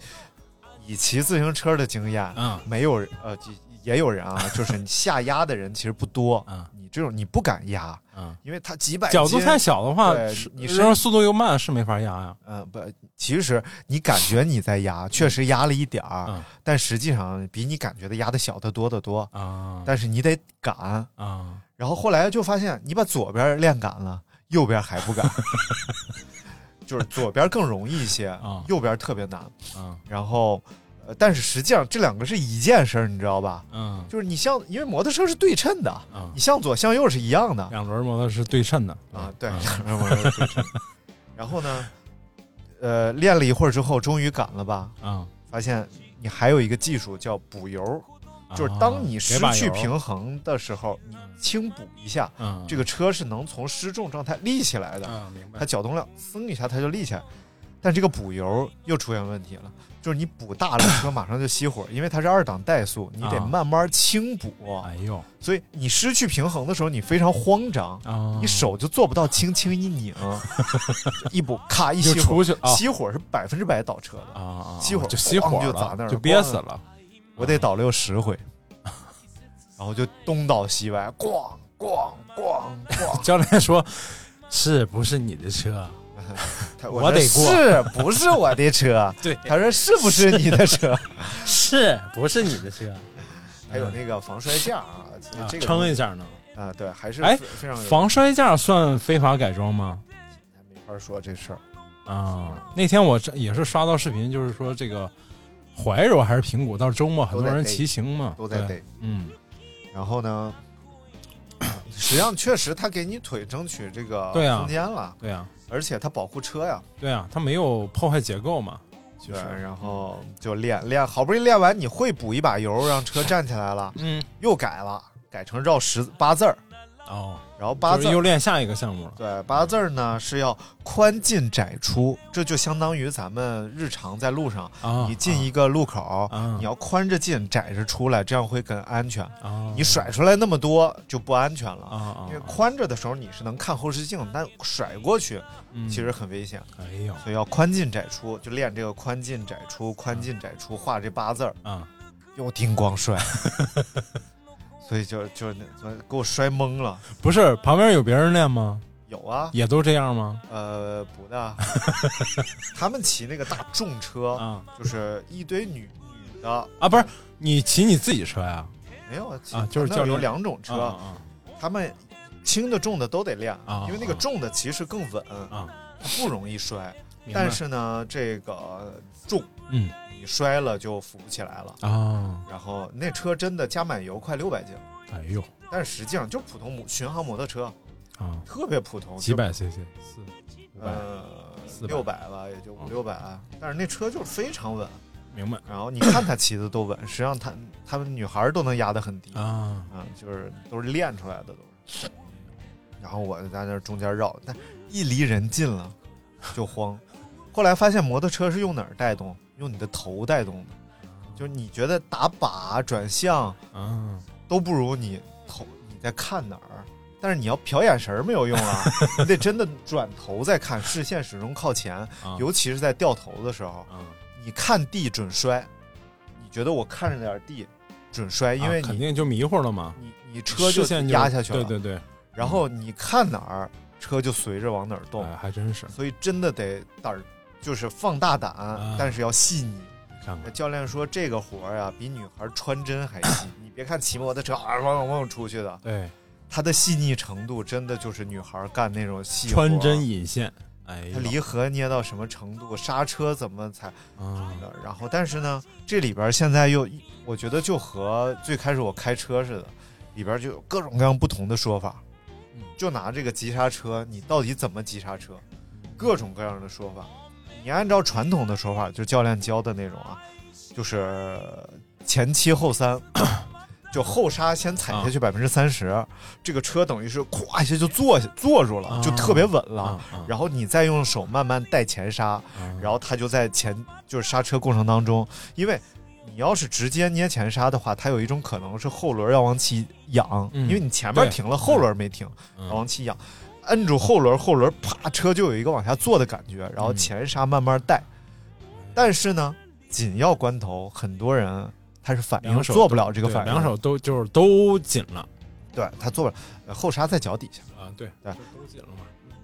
Speaker 10: 以骑自行车的经验，
Speaker 9: 嗯
Speaker 10: 没有人呃也有人 啊，就是你下压的人其实不多，
Speaker 9: 嗯
Speaker 10: 你这种你不敢压，
Speaker 9: 嗯，
Speaker 10: 因为他几百
Speaker 9: 角度
Speaker 10: 斤
Speaker 9: 太小的话
Speaker 10: 对，
Speaker 9: 是
Speaker 10: 你
Speaker 9: 是
Speaker 10: 身
Speaker 9: 不是速度又慢，是没法压呀。
Speaker 10: 嗯，不，其实你感觉你在压，确实压了一点儿，
Speaker 9: 嗯
Speaker 10: 但实际上比你感觉的压的小得多得多。
Speaker 9: 啊
Speaker 10: 但是你得敢，
Speaker 9: 啊，
Speaker 10: 然后后来就发现你把左边练敢了，右边还不敢，就是左边更容易一些，
Speaker 9: 啊
Speaker 10: 右边特别难。
Speaker 9: 嗯
Speaker 10: 然后，呃，但是实际上这两个是一件事儿，你知道吧？
Speaker 9: 嗯
Speaker 10: 就是你向，因为摩托车是对称的，
Speaker 9: 嗯
Speaker 10: 你，向左向右是一样的
Speaker 9: 两轮摩托是对称的
Speaker 10: 啊，对，
Speaker 9: 嗯
Speaker 10: 两边摩托车对称。然后呢，呃，练了一会儿之后，终于敢了吧？
Speaker 9: 嗯，
Speaker 10: 发现你还有一个技术叫补油，就是
Speaker 9: 啊
Speaker 10: 当你失去平
Speaker 9: 衡，
Speaker 10: 衡的时候，你轻补一下，
Speaker 9: 嗯，
Speaker 10: 这个车是能从失重状态立起来的，
Speaker 9: 嗯明
Speaker 10: 它
Speaker 9: 白，
Speaker 10: 搅动量噌一下它就立起来。但这个补油又出现问题了，就是你补大了，车马上就熄火，因为它是二档怠速，你得
Speaker 9: 啊
Speaker 10: 慢慢轻补，
Speaker 9: 哎呦
Speaker 10: 所以你失去平衡的时候，你非常慌张，
Speaker 9: 啊，
Speaker 10: 你手就做不到轻轻 一拧，就一补咔一
Speaker 9: 就
Speaker 10: 熄火，
Speaker 9: 出去了啊
Speaker 10: 熄火是百分之百倒车的，
Speaker 9: 啊，
Speaker 10: 熄火
Speaker 9: 就熄火
Speaker 10: 咣就
Speaker 9: 了，
Speaker 10: 砸那儿了
Speaker 9: 就憋死了，
Speaker 10: 我得倒六十回，然后就东倒西歪，咣咣咣咣，
Speaker 9: 教练说：“是不是你的 车
Speaker 10: 他
Speaker 9: 我得
Speaker 10: 说
Speaker 9: 过
Speaker 10: 是不是我的车？
Speaker 9: 对
Speaker 10: 他说是不是你的车？
Speaker 9: 是不是你的车？
Speaker 10: 还有那个防摔架啊，
Speaker 9: 啊
Speaker 10: 这个
Speaker 9: 撑一下呢？
Speaker 10: 啊，对，还是
Speaker 9: 哎
Speaker 10: 非非常有
Speaker 9: 防摔架算非法改装吗？
Speaker 10: 没法说这事儿。
Speaker 9: 啊，那天我这也是刷到视频，就是说这个怀柔还是平谷，到周末很多人骑行嘛，
Speaker 10: 都在
Speaker 9: 对
Speaker 10: 逮。
Speaker 9: 嗯
Speaker 10: 然后呢，实际上确实他给你腿争取这个
Speaker 9: 对啊
Speaker 10: 空间了，
Speaker 9: 对啊，
Speaker 10: 而且他保护车呀。
Speaker 9: 对啊，它没有破坏结构嘛，就
Speaker 10: 对，
Speaker 9: 是
Speaker 10: 然后就练练，好不容易练完，你会补一把油，让车站起来了，
Speaker 9: 嗯
Speaker 10: 又改了，改成绕十八字儿，
Speaker 9: 哦，
Speaker 10: 然后八
Speaker 9: 就
Speaker 10: 字
Speaker 9: 是
Speaker 10: 儿
Speaker 9: 又练下一个项目了。
Speaker 10: 对八字儿呢是要宽进窄出，这就相当于咱们日常在路上，
Speaker 9: 啊，
Speaker 10: 你进
Speaker 9: 一
Speaker 10: 一个路口，
Speaker 9: 啊
Speaker 10: 你要宽着进，窄着出来，这样会更安全。
Speaker 9: 啊，
Speaker 10: 你甩出来那么多就不安全了。
Speaker 9: 啊啊
Speaker 10: 因为，宽着的时候你是能看后视镜，但甩过去
Speaker 9: 嗯
Speaker 10: 其实很危险，
Speaker 9: 哎呦
Speaker 10: 所以要宽进窄出，就练这个宽进窄出，宽进窄出，画这八字儿。
Speaker 9: 啊，
Speaker 10: 又叮咣 摔，所以就就那昨天给我摔懵了。
Speaker 9: 不是旁边有别人练吗？
Speaker 10: 有啊，
Speaker 9: 也都这样吗？
Speaker 10: 呃，不的，他们骑那个大重车，
Speaker 9: 啊
Speaker 10: 就是一堆女女的
Speaker 9: 啊，不是你骑你自己车呀？
Speaker 10: 没有骑
Speaker 9: 啊就是
Speaker 10: 那
Speaker 9: 教练
Speaker 10: 有两种车，
Speaker 9: 啊
Speaker 10: 他们轻的重的都得练，
Speaker 9: 啊
Speaker 10: 因为那个重的骑实更稳，
Speaker 9: 啊啊，
Speaker 10: 它不容易摔。
Speaker 9: 明白
Speaker 10: 但是呢，这个重
Speaker 9: 嗯
Speaker 10: 你摔了就扶不起来了。
Speaker 9: 啊，
Speaker 10: 然后那车真的加满油快六百斤，
Speaker 9: 哎呦
Speaker 10: 但是实际上就普通摩巡航摩托车，
Speaker 9: 啊，
Speaker 10: 特别普通，
Speaker 9: 几
Speaker 10: 就
Speaker 9: 百 cc，四五百，嗯
Speaker 10: 呃，
Speaker 9: 400
Speaker 10: 六百吧，也就五六百。啊但是那车就是非常稳，
Speaker 9: 明白
Speaker 10: 然后你看她骑的都稳，实际上她她们女孩儿都能压得很低啊、
Speaker 9: 啊
Speaker 10: 就是都是练出来的都是。然后我就在那中间绕，但一离人近了就慌。后来发现摩托车是用哪儿带动？用你的头带动的，就是你觉得打把转向
Speaker 9: 啊，
Speaker 10: 都不如你头你在看哪儿，但是你要瞟眼神儿没有用啊， 你得真的转头再看，视线始终靠前，
Speaker 9: 啊
Speaker 10: 尤其是在掉头的时候，
Speaker 9: 啊，
Speaker 10: 你看地准摔，你觉得我看着点儿地准摔，因为
Speaker 9: 啊肯
Speaker 10: 你、
Speaker 9: 定就迷糊了嘛，
Speaker 10: 你你车
Speaker 9: 视线就
Speaker 10: 压下去了，
Speaker 9: 对对对，
Speaker 10: 然后你看哪儿，车就随着往哪儿动，
Speaker 9: 哎，还真是，
Speaker 10: 所以真的得胆儿就是放大胆，
Speaker 9: 啊
Speaker 10: 但是要细腻。
Speaker 9: 看看
Speaker 10: 教练说这个活儿、呀，啊比女孩穿针还 细，你别看骑摩托车啊汪汪出去的。
Speaker 9: 对，
Speaker 10: 它的细腻程度真的就是女孩干那种细活
Speaker 9: 穿针，引线，哎呦，
Speaker 10: 它离合捏到什么程度，刹车怎么踩
Speaker 9: 啊
Speaker 10: 的。然后，但是呢，这里边现在又，我觉得就和最开始我开车似的，里边就有各种各样不同的说法
Speaker 9: 嗯。
Speaker 10: 就拿这个急刹车，你到底怎么急刹车，
Speaker 9: 嗯
Speaker 10: 各种各样的说法。你按照传统的说法，就教练教的那种啊，就是前七后三，就后刹先踩
Speaker 9: 啊
Speaker 10: 下去百分之三十，这个车等于是咵一下就坐下坐住了，
Speaker 9: 啊
Speaker 10: 就特别稳
Speaker 9: 啊
Speaker 10: 了。
Speaker 9: 啊，
Speaker 10: 然后你再用手慢慢带前刹，
Speaker 9: 嗯
Speaker 10: 然后它就在前就是刹车过程当中，因为你要是直接捏前刹的话，它有一种可能是后轮要往起仰，
Speaker 9: 嗯
Speaker 10: 因为你前面
Speaker 9: 对
Speaker 10: 停了，后轮没停，
Speaker 9: 嗯
Speaker 10: 要往起仰。摁住后轮，后轮啪，车就有一个往下坐的感觉，然后
Speaker 9: 嗯
Speaker 10: 前刹慢慢带。但是呢，紧要关头，很多人他是反应
Speaker 9: 两手
Speaker 10: 做不了这个
Speaker 9: 对
Speaker 10: 反应，
Speaker 9: 两手都就是都紧了
Speaker 10: 对他做不了，呃后刹在脚底下。
Speaker 9: 啊，对，
Speaker 10: 对
Speaker 9: 就都紧了嘛。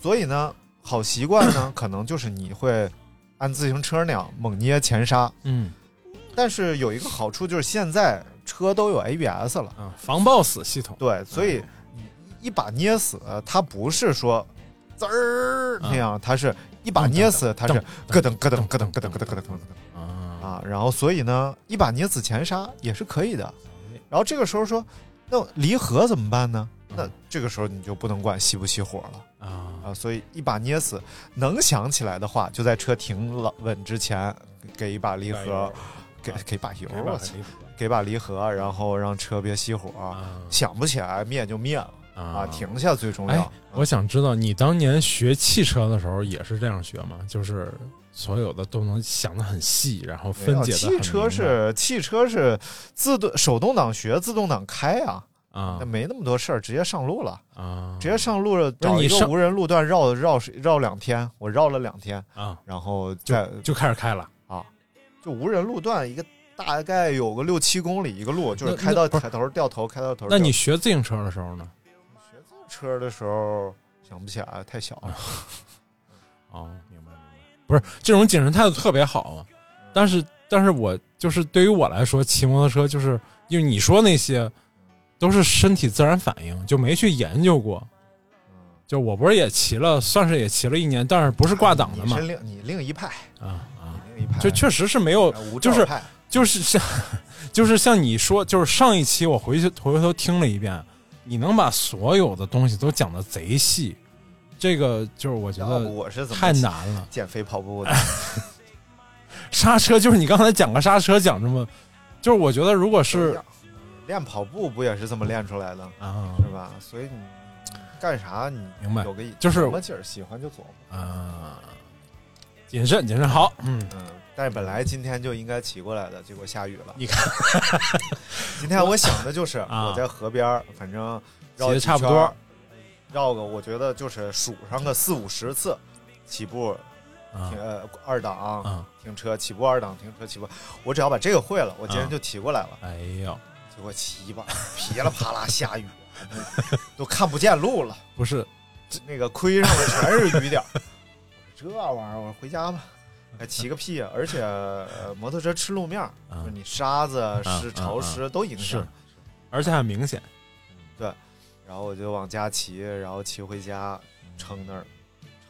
Speaker 10: 所以呢，好习惯呢，可能就是你会按自行车那样猛捏前刹，
Speaker 9: 嗯
Speaker 10: 但是有一个好处就是现在车都有 ABS 了，
Speaker 9: 啊，防抱死系统，
Speaker 10: 对，所以你一把捏死，它不是说滋儿那样，它是一把捏死，它是咯噔咯噔咯噔咯噔咯噔咯噔咯噔
Speaker 9: 啊，
Speaker 10: 啊，然后所以呢，一把捏死前刹也是可以的。然后这个时候说，那离合怎么办呢？那这个时候你就不能管熄不熄火了。
Speaker 9: 啊，
Speaker 10: 啊，所以一把捏死，能想起来的话，就在车停了稳之前，给一把离合，给给把油，
Speaker 9: 没
Speaker 10: 我
Speaker 9: 办
Speaker 10: 操
Speaker 9: 法离谱
Speaker 10: 给把离合，然后让车别熄火。
Speaker 9: 嗯啊
Speaker 10: 想不起来灭就灭了啊，
Speaker 9: 啊，
Speaker 10: 停下最重要
Speaker 9: 哎。，我想知道你当年学汽车的时候也是这样学吗？就是所有的都能想得很细，然后分
Speaker 10: 没有
Speaker 9: 解的
Speaker 10: 汽车是汽车是自动手动挡学，自动挡开啊，
Speaker 9: 啊
Speaker 10: 那没那么多事儿，直接上路了，
Speaker 9: 啊，
Speaker 10: 直接上路了，
Speaker 9: 是
Speaker 10: 找
Speaker 9: 你
Speaker 10: 一个
Speaker 9: 上
Speaker 10: 无人路段绕绕绕两天，我绕了两天，
Speaker 9: 啊
Speaker 10: 然后再啊
Speaker 9: 就开始开了。
Speaker 10: 就无人路段一个大概有个六七公里一个路，就是
Speaker 9: 那
Speaker 10: 开到
Speaker 9: 那不是
Speaker 10: 抬头掉头，开到头掉头。
Speaker 9: 那你学自行车的时候呢？
Speaker 10: 车的时候想不起来，太小了。
Speaker 9: 哦，明白明白，不是这种精神态度特别好啊。
Speaker 10: 嗯
Speaker 9: 但是，但是我就是对于我来说，骑摩托车就是因为你说那些都是身体自然反应，就没去研究过。
Speaker 10: 嗯
Speaker 9: 就我不是也骑了，算是也骑了一年，但是不是挂档的
Speaker 10: 你
Speaker 9: 嘛
Speaker 10: 是？哎另你另一派，
Speaker 9: 啊啊，
Speaker 10: 另一派
Speaker 9: 就确实是没有，
Speaker 10: 无
Speaker 9: 就
Speaker 10: 照
Speaker 9: 是
Speaker 10: 派
Speaker 9: 就是像，就是像你说，就是上一期我回去回头听了一遍，你能把所有的东西都讲的贼细，这个就是我觉
Speaker 10: 要不
Speaker 9: 得
Speaker 10: 我是怎么
Speaker 9: 太难了。
Speaker 10: 减肥跑步的？
Speaker 9: 刹车就是你刚才讲个刹车讲这么，就是我觉得如果
Speaker 10: 一
Speaker 9: 是
Speaker 10: 样练跑步不也是这么练出来的，
Speaker 9: 啊
Speaker 10: 是吧？所以你干啥你
Speaker 9: 明白
Speaker 10: 有个
Speaker 9: 就是
Speaker 10: 什么劲儿，喜欢就琢磨。
Speaker 9: 啊，谨慎谨慎好，嗯，
Speaker 10: 嗯，但是本来今天就应该骑过来的，结果下雨了。
Speaker 9: 你看，
Speaker 10: 今天我想的就是
Speaker 9: 啊
Speaker 10: 我在河边儿，反正绕
Speaker 9: 骑
Speaker 10: 几
Speaker 9: 得差不
Speaker 10: 圈儿
Speaker 9: 多，
Speaker 10: 绕个我觉得就是数上个四五十次，起步
Speaker 9: 啊
Speaker 10: 停呃二档
Speaker 9: 啊，
Speaker 10: 停车，起步二档停车起步，我只要把这个会了，我今天
Speaker 9: 啊
Speaker 10: 就骑过来了。
Speaker 9: 哎呦，
Speaker 10: 结果骑吧， 噼里啪啦下雨，都看不见路了，
Speaker 9: 不是
Speaker 10: 那个盔上面全是雨点儿。 我说这玩意儿，我说回家吧，还骑个屁呀！而且、呃摩托车吃路面儿，
Speaker 9: 啊
Speaker 10: 就是你沙子湿、
Speaker 9: 啊
Speaker 10: 潮湿都影响
Speaker 9: 是。，而且很明显，嗯
Speaker 10: 然后我就往家骑，然后骑回家，
Speaker 9: 嗯
Speaker 10: 撑那儿，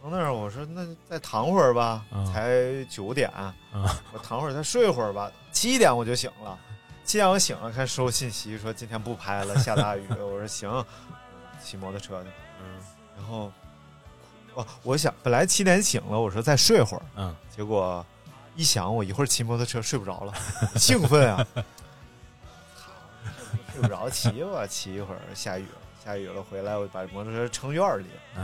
Speaker 10: 撑那儿。我说那再躺会儿吧，
Speaker 9: 啊
Speaker 10: 才九点，
Speaker 9: 啊
Speaker 10: 我躺会儿再睡会儿吧。七点我就醒了，七点我醒了，看收信息说今天不拍了，下大雨。我说行，骑摩托车去。
Speaker 9: 嗯
Speaker 10: 然后，哦，我想本来七点醒了，我说再睡会儿，
Speaker 9: 嗯
Speaker 10: 结果一想我一会儿骑摩托车睡不着了，兴奋啊！操睡不着，骑吧，骑一会儿，下雨了，下雨了回来我把摩托车撑院儿里，我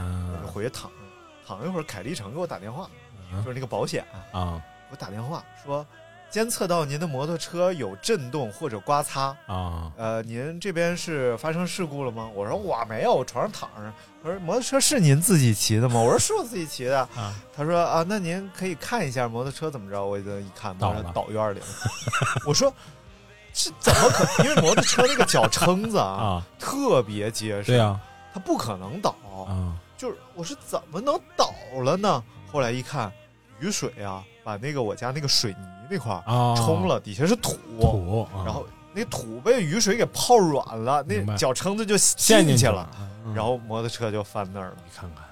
Speaker 9: 嗯
Speaker 10: 就回去躺着，躺一会儿。凯立成给我打电话，
Speaker 9: 嗯
Speaker 10: 就是那个保险啊，
Speaker 9: 啊
Speaker 10: 给我打电话说。监测到您的摩托车有震动或者刮擦，
Speaker 9: 啊
Speaker 10: 呃，您这边是发生事故了吗？我说我没有，我床上躺着。我说摩托车是您自己骑的吗？我说是我自己骑的。
Speaker 9: 啊
Speaker 10: 他说啊，那您可以看一下摩托车怎么着？我就一看，摩
Speaker 9: 倒
Speaker 10: 托车
Speaker 9: 了
Speaker 10: 倒院里了。 我说这怎么可？因为摩托车那个脚撑子啊，
Speaker 9: 啊，
Speaker 10: 特别结实，
Speaker 9: 对呀
Speaker 10: 它不可能倒。
Speaker 9: 啊
Speaker 10: 就是我说怎么能倒了呢？后来一看，雨水啊，把那个我家那个水泥那块儿
Speaker 9: 啊，
Speaker 10: 冲了，底下是土。
Speaker 9: 土，啊
Speaker 10: 然后那土被雨水给泡软了，那
Speaker 9: 明白
Speaker 10: 脚撑子就
Speaker 9: 陷
Speaker 10: 进
Speaker 9: 进
Speaker 10: 去
Speaker 9: 了
Speaker 10: 了，，然后摩托车就翻那儿了。
Speaker 9: 嗯你看看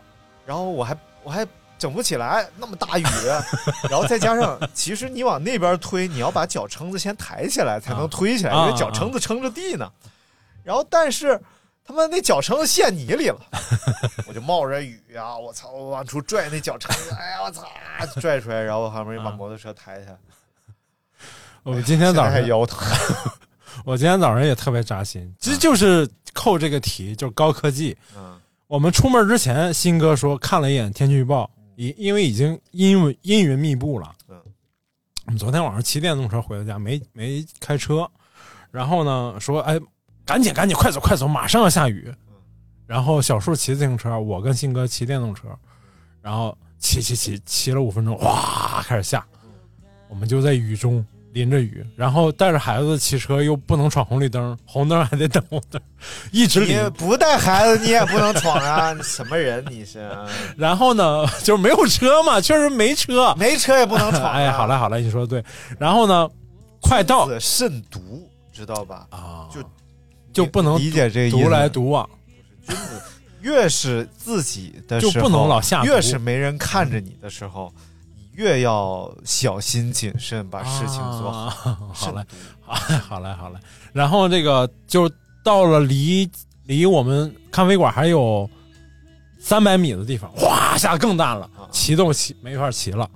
Speaker 10: 然后我还我还整不起来，那么大雨，啊 然后再加上，其实你往那边推，你要把脚撑子先抬起来才能推起来，
Speaker 9: 啊
Speaker 10: 因为脚撑子撑着地呢。然后但是他妈那脚撑子陷泥 里了，我就冒着雨啊，我操，我往出拽那脚撑子，哎呀我操，拽出来，然后旁边
Speaker 9: 啊
Speaker 10: 把摩托车抬起来，
Speaker 9: 我今天早
Speaker 10: 现在还
Speaker 9: 上
Speaker 10: 腰疼。
Speaker 9: 我今天早上也特别扎心，这就是扣这个题，就是高科技。
Speaker 10: 嗯，
Speaker 9: 我们出门之前，新哥说看了一眼天气预报，因因为已经阴云阴云密布了。
Speaker 10: 嗯，
Speaker 9: 我们昨天晚上骑电动车回到家，没没
Speaker 10: 嗯
Speaker 9: 开车，然后呢说哎，赶紧赶紧快走快走，马上要下雨。然后小树骑自行车，我跟信哥骑电动车，然后骑骑骑骑了五分钟，哗开始下，
Speaker 10: 嗯
Speaker 9: 我们就在雨中淋着雨，然后带着孩子骑车又不能闯红绿灯，红灯还得等红灯，一直淋
Speaker 10: 你。不带孩子你也不能闯啊！你什么人 你是？
Speaker 9: 然后呢， 就是没有车嘛， 确实没车。
Speaker 10: 没车也不能闯、啊。
Speaker 9: 哎，好了，好了，你说的对。然后呢，快到
Speaker 10: 子慎独，知道吧？
Speaker 9: 哦啊，
Speaker 10: 就
Speaker 9: 就不能
Speaker 10: 理解这个意思
Speaker 9: 独来独往。
Speaker 10: 君子越是自己的时
Speaker 9: 就
Speaker 10: 候，
Speaker 9: 不能老下毒
Speaker 10: 越是没人看着你的时候，你越要小心谨慎，把事情做好。
Speaker 9: 啊好
Speaker 10: 慎
Speaker 9: 嘞，
Speaker 10: 独
Speaker 9: 好嘞，好嘞，好嘞。然后这个就到了离离我们咖啡馆还有三百米的地方，哗下更大了
Speaker 10: 啊，
Speaker 9: 骑都骑没法骑了。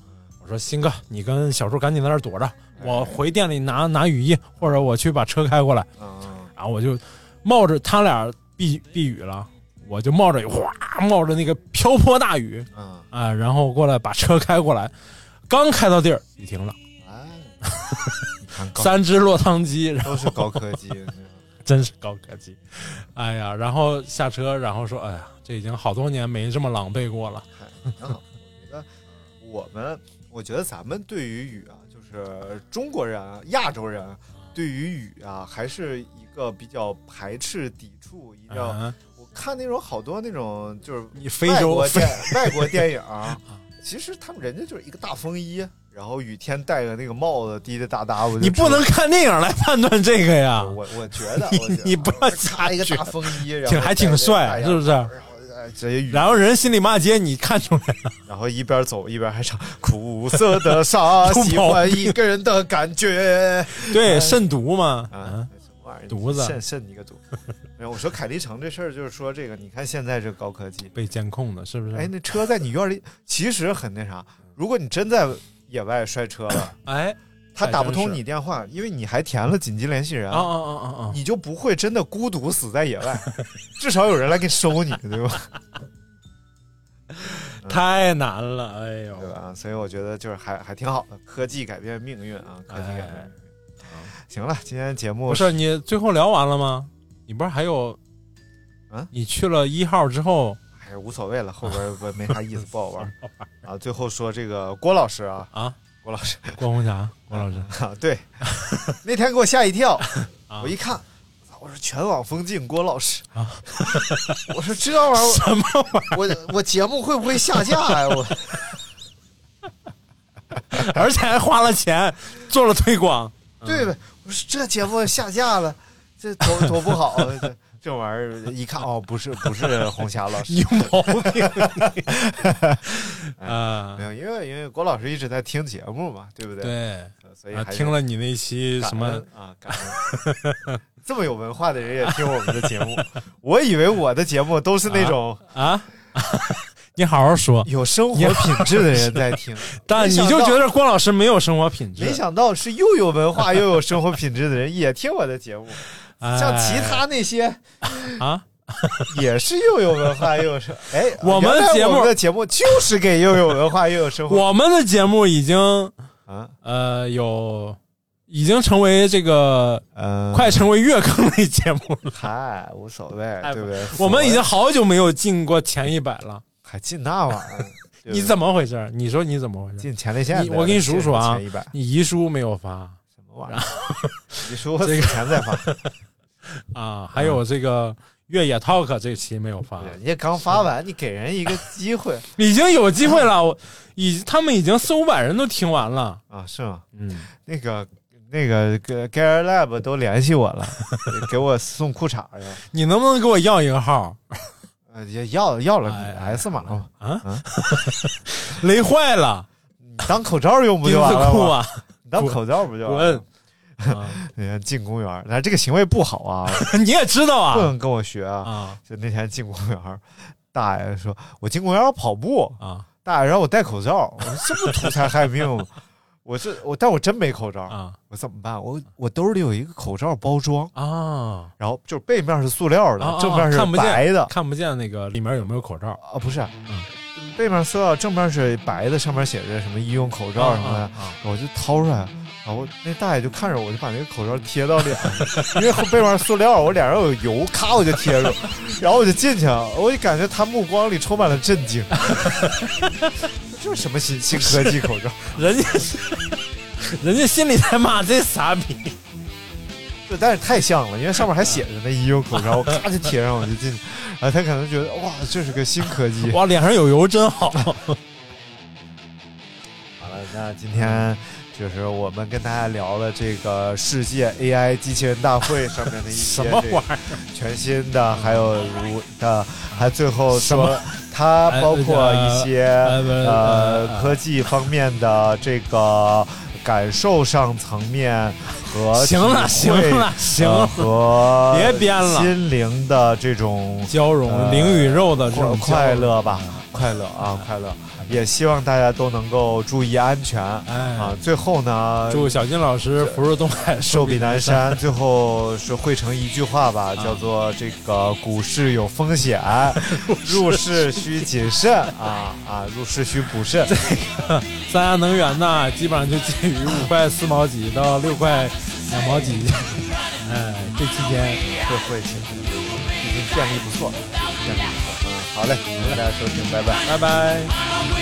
Speaker 9: 我说鑫哥，你跟小树赶紧在那儿躲着，
Speaker 10: 哎
Speaker 9: 我回店里拿拿雨衣，或者我去把车开过来。
Speaker 10: 嗯，
Speaker 9: 然后我就冒着他俩避避雨了，我就冒着雨哗冒着那个瓢泼大雨
Speaker 10: 嗯
Speaker 9: 啊，然后过来把车开过来，刚开到地儿雨停了，
Speaker 10: 哎，你看高
Speaker 9: 三只落汤鸡，然后
Speaker 10: 都是高科技，
Speaker 9: 真是高科技，哎呀，然后下车，然后说，哎呀，这已经好多年没这么狼狈过了，
Speaker 10: 哎挺好。我觉得我们，我觉得咱们对于雨啊，就是中国人、啊、亚洲人啊对于雨啊，还是一个比较排斥、抵触，一定要。
Speaker 9: 嗯
Speaker 10: 我看那种好多那种就是
Speaker 9: 你非
Speaker 10: 外
Speaker 9: 洲
Speaker 10: 国
Speaker 9: 非
Speaker 10: 电外国电影儿，其实他们人家就是一个大风衣，然后雨天戴个那个帽子，滴滴答答。我就
Speaker 9: 你不能
Speaker 10: 知
Speaker 9: 看电影来判断这个呀
Speaker 10: 道。，我我觉得，
Speaker 9: 你
Speaker 10: 我觉得
Speaker 9: 你不要
Speaker 10: 我
Speaker 9: 瞎
Speaker 10: 插一个大
Speaker 9: 觉
Speaker 10: 风衣，然后
Speaker 9: 挺还挺帅，是不
Speaker 10: 是？
Speaker 9: 是？
Speaker 10: 然后哎这些雨，
Speaker 9: 然后人心里骂街，你看出来
Speaker 10: 哎
Speaker 9: 了，
Speaker 10: 然后一边走一边还唱苦涩的沙，
Speaker 9: 出
Speaker 10: 喜
Speaker 9: 毛
Speaker 10: 欢
Speaker 9: 病
Speaker 10: 一个人的感觉
Speaker 9: 对，慎独嘛，嗯
Speaker 10: 啊。，什么玩意儿？
Speaker 9: 犊子
Speaker 10: 慎慎你个犊！然后我说凯迪城这事儿，就是说这个，你看现在这高科技，
Speaker 9: 被监控的，是不是？
Speaker 10: 哎，那车在你院里其实很那啥。如果你真在野外摔车了，
Speaker 9: 哎，
Speaker 10: 他打不
Speaker 9: 还真
Speaker 10: 通
Speaker 9: 是
Speaker 10: 你电话，因为你还填了紧急联系人，
Speaker 9: 啊啊啊啊啊！
Speaker 10: 你就不会真的孤独死在野外，至少有人来给收你，对吧？
Speaker 9: 太难了，哎呦，
Speaker 10: 嗯对吧？所以我觉得就是还还挺好的，科技改变命运啊，科技改变命运。行了，今天节目
Speaker 9: 哎不是你最后聊完了吗？你不是还有？
Speaker 10: 啊
Speaker 9: 你去了一号之后
Speaker 10: 还是无所谓了，后边不没啥意思，不好玩儿啊。最后说这个郭老师啊，
Speaker 9: 啊，
Speaker 10: 郭老师
Speaker 9: 关红 霞，关老师，
Speaker 10: 啊，对， 那天给我吓一跳，
Speaker 9: 啊
Speaker 10: 我一看，我说全网封禁郭老师
Speaker 9: 啊，
Speaker 10: 我说这玩意儿
Speaker 9: 什么玩
Speaker 10: 我我我节目会不会下架呀、我
Speaker 9: 意儿？而且还花了钱做了推广，
Speaker 10: 对呗，我说这节目下架了，这多多不 好啊，这这玩意儿一看哦，不是不是红霞老
Speaker 9: 你
Speaker 10: 师
Speaker 9: 有，毛 病啊
Speaker 10: 没！有，因为因为郭老师一直在听节目嘛，哎对不对？
Speaker 9: 对，
Speaker 10: 所以
Speaker 9: 啊
Speaker 10: 还是
Speaker 9: 听了你那期
Speaker 10: 感
Speaker 9: 什么
Speaker 10: 恩啊，感恩 这么有文化的人也听我们的节目，我以为我的节目都是那种
Speaker 9: 啊？ 你好好说，
Speaker 10: 有生活品质的人在听，
Speaker 9: 但
Speaker 10: 没
Speaker 9: 你
Speaker 10: 想
Speaker 9: 就
Speaker 10: 到
Speaker 9: 觉得关老师没有生活品质，
Speaker 10: 没想到是又有 文化又有生活品质的人也听我的节目，
Speaker 9: 哎
Speaker 10: 像其他那些
Speaker 9: 啊，
Speaker 10: 也是又有文化又 有生。哎，
Speaker 9: 我们的
Speaker 10: 原来
Speaker 9: 节目
Speaker 10: 我们的节目就是给又有文化又有生活
Speaker 9: 我们的节目已经
Speaker 10: 啊，
Speaker 9: 呃有已经成为这个
Speaker 10: 嗯，
Speaker 9: 快成为月更类节目 了。
Speaker 10: 嗨，无所谓，对不对？
Speaker 9: 哎我们已经好久没有进过前一百了，
Speaker 10: 还进那玩 意儿，
Speaker 9: 你怎么回事？你说你怎么回事？
Speaker 10: 进前列腺
Speaker 9: 你
Speaker 10: 的？
Speaker 9: 我给你数数啊
Speaker 10: 前一百
Speaker 9: 你遗书没有发
Speaker 10: 什么玩意儿？你说我死前再发，
Speaker 9: 啊？还有这个越野 talk 这期没有发，
Speaker 10: 人家刚发完，你给人一个 机会
Speaker 9: 已经有机会了，我已他们已经四五百人都听完了。
Speaker 10: 啊？是吗？
Speaker 9: 嗯，
Speaker 10: 那个那个 Gear Lab 都联系我了， 给我送裤衩去。
Speaker 9: 你能不能给我要一个号
Speaker 10: 呃，也要要了
Speaker 9: 哎哎
Speaker 10: S 码嘛，
Speaker 9: 啊
Speaker 10: 啊？
Speaker 9: 雷坏了，
Speaker 10: 你当口罩用不
Speaker 9: 钉
Speaker 10: 就完
Speaker 9: 子
Speaker 10: 了
Speaker 9: 裤
Speaker 10: 吗？
Speaker 9: 啊，
Speaker 10: 你 当口罩不就完了
Speaker 9: 滚
Speaker 10: 吗？！
Speaker 9: 啊
Speaker 10: 你看进公园儿，那这个行为不好 啊，
Speaker 9: 你也知道
Speaker 10: 不
Speaker 9: 啊
Speaker 10: 能跟我学啊。
Speaker 9: 啊
Speaker 10: 就那天进公园儿，大爷说：“我进公园儿跑步，
Speaker 9: 啊
Speaker 10: 大爷让我戴口罩。”我说：“这不图财害命吗？”我这我，但我真没口罩，
Speaker 9: 啊
Speaker 10: 我怎么办？我我兜里有一个口罩包装，
Speaker 9: 啊！
Speaker 10: 然后就是背面是塑料的，
Speaker 9: 啊啊
Speaker 10: 正面是
Speaker 9: 看不见
Speaker 10: 白的
Speaker 9: 看不见那个里面有没有口罩
Speaker 10: 啊，不是，
Speaker 9: 嗯
Speaker 10: 背面塑料，正面是白的，上面写着什么医用口罩什么的。
Speaker 9: 啊
Speaker 10: 我就掏出来，然后那大爷就看着我，就把那个口罩贴到脸上，因为后背上是塑料，我脸上有油，咔我就贴住，然后我就进去了，我就感觉他目光里充满了震惊， 这是什么新新科技口罩？
Speaker 9: 人家是，人家心里在骂这傻逼。
Speaker 10: 对，但是太像了，因为上面还写着那医用口罩，我咔就贴上，我就进去，然后他可能觉得哇，这是个新科技，
Speaker 9: 哇，脸上有油真 好。
Speaker 10: 好了，那今天就是我们跟大家聊了这个世界 AI 机器人大会上面的一 些
Speaker 9: 什么
Speaker 10: 这
Speaker 9: 玩
Speaker 10: 个
Speaker 9: 意儿？
Speaker 10: 全新的，还有如的，还最后
Speaker 9: 什么哎
Speaker 10: 说它包括一些
Speaker 9: 呃呃呃
Speaker 10: 呃
Speaker 9: 呃
Speaker 10: 科技方面的这个感受上层面和
Speaker 9: 行了
Speaker 10: 体会
Speaker 9: 行了行了
Speaker 10: 呃和
Speaker 9: 别编了
Speaker 10: 心灵的这种
Speaker 9: 交融
Speaker 10: 呃
Speaker 9: 灵与肉的这嗯
Speaker 10: 快
Speaker 9: 种
Speaker 10: 快乐吧
Speaker 9: 交融，
Speaker 10: 快乐啊，快乐！也希望大家都能够注意安全啊
Speaker 9: 哎。，
Speaker 10: 最后呢，
Speaker 9: 祝小金老师福如东海，
Speaker 10: 寿比
Speaker 9: 比
Speaker 10: 南
Speaker 9: 山。
Speaker 10: 山，最后是汇成一句话吧，叫做这个股市有风险，入市需谨慎啊啊，入市需补肾。
Speaker 9: 三亚能源呢，基本上就介于五块四毛几到六块两毛几， 哎，这期间。
Speaker 10: 会会是，已经建立不错，已经建立不错。嗯，好嘞，谢谢大家收听，拜拜。
Speaker 9: 拜拜。
Speaker 11: 我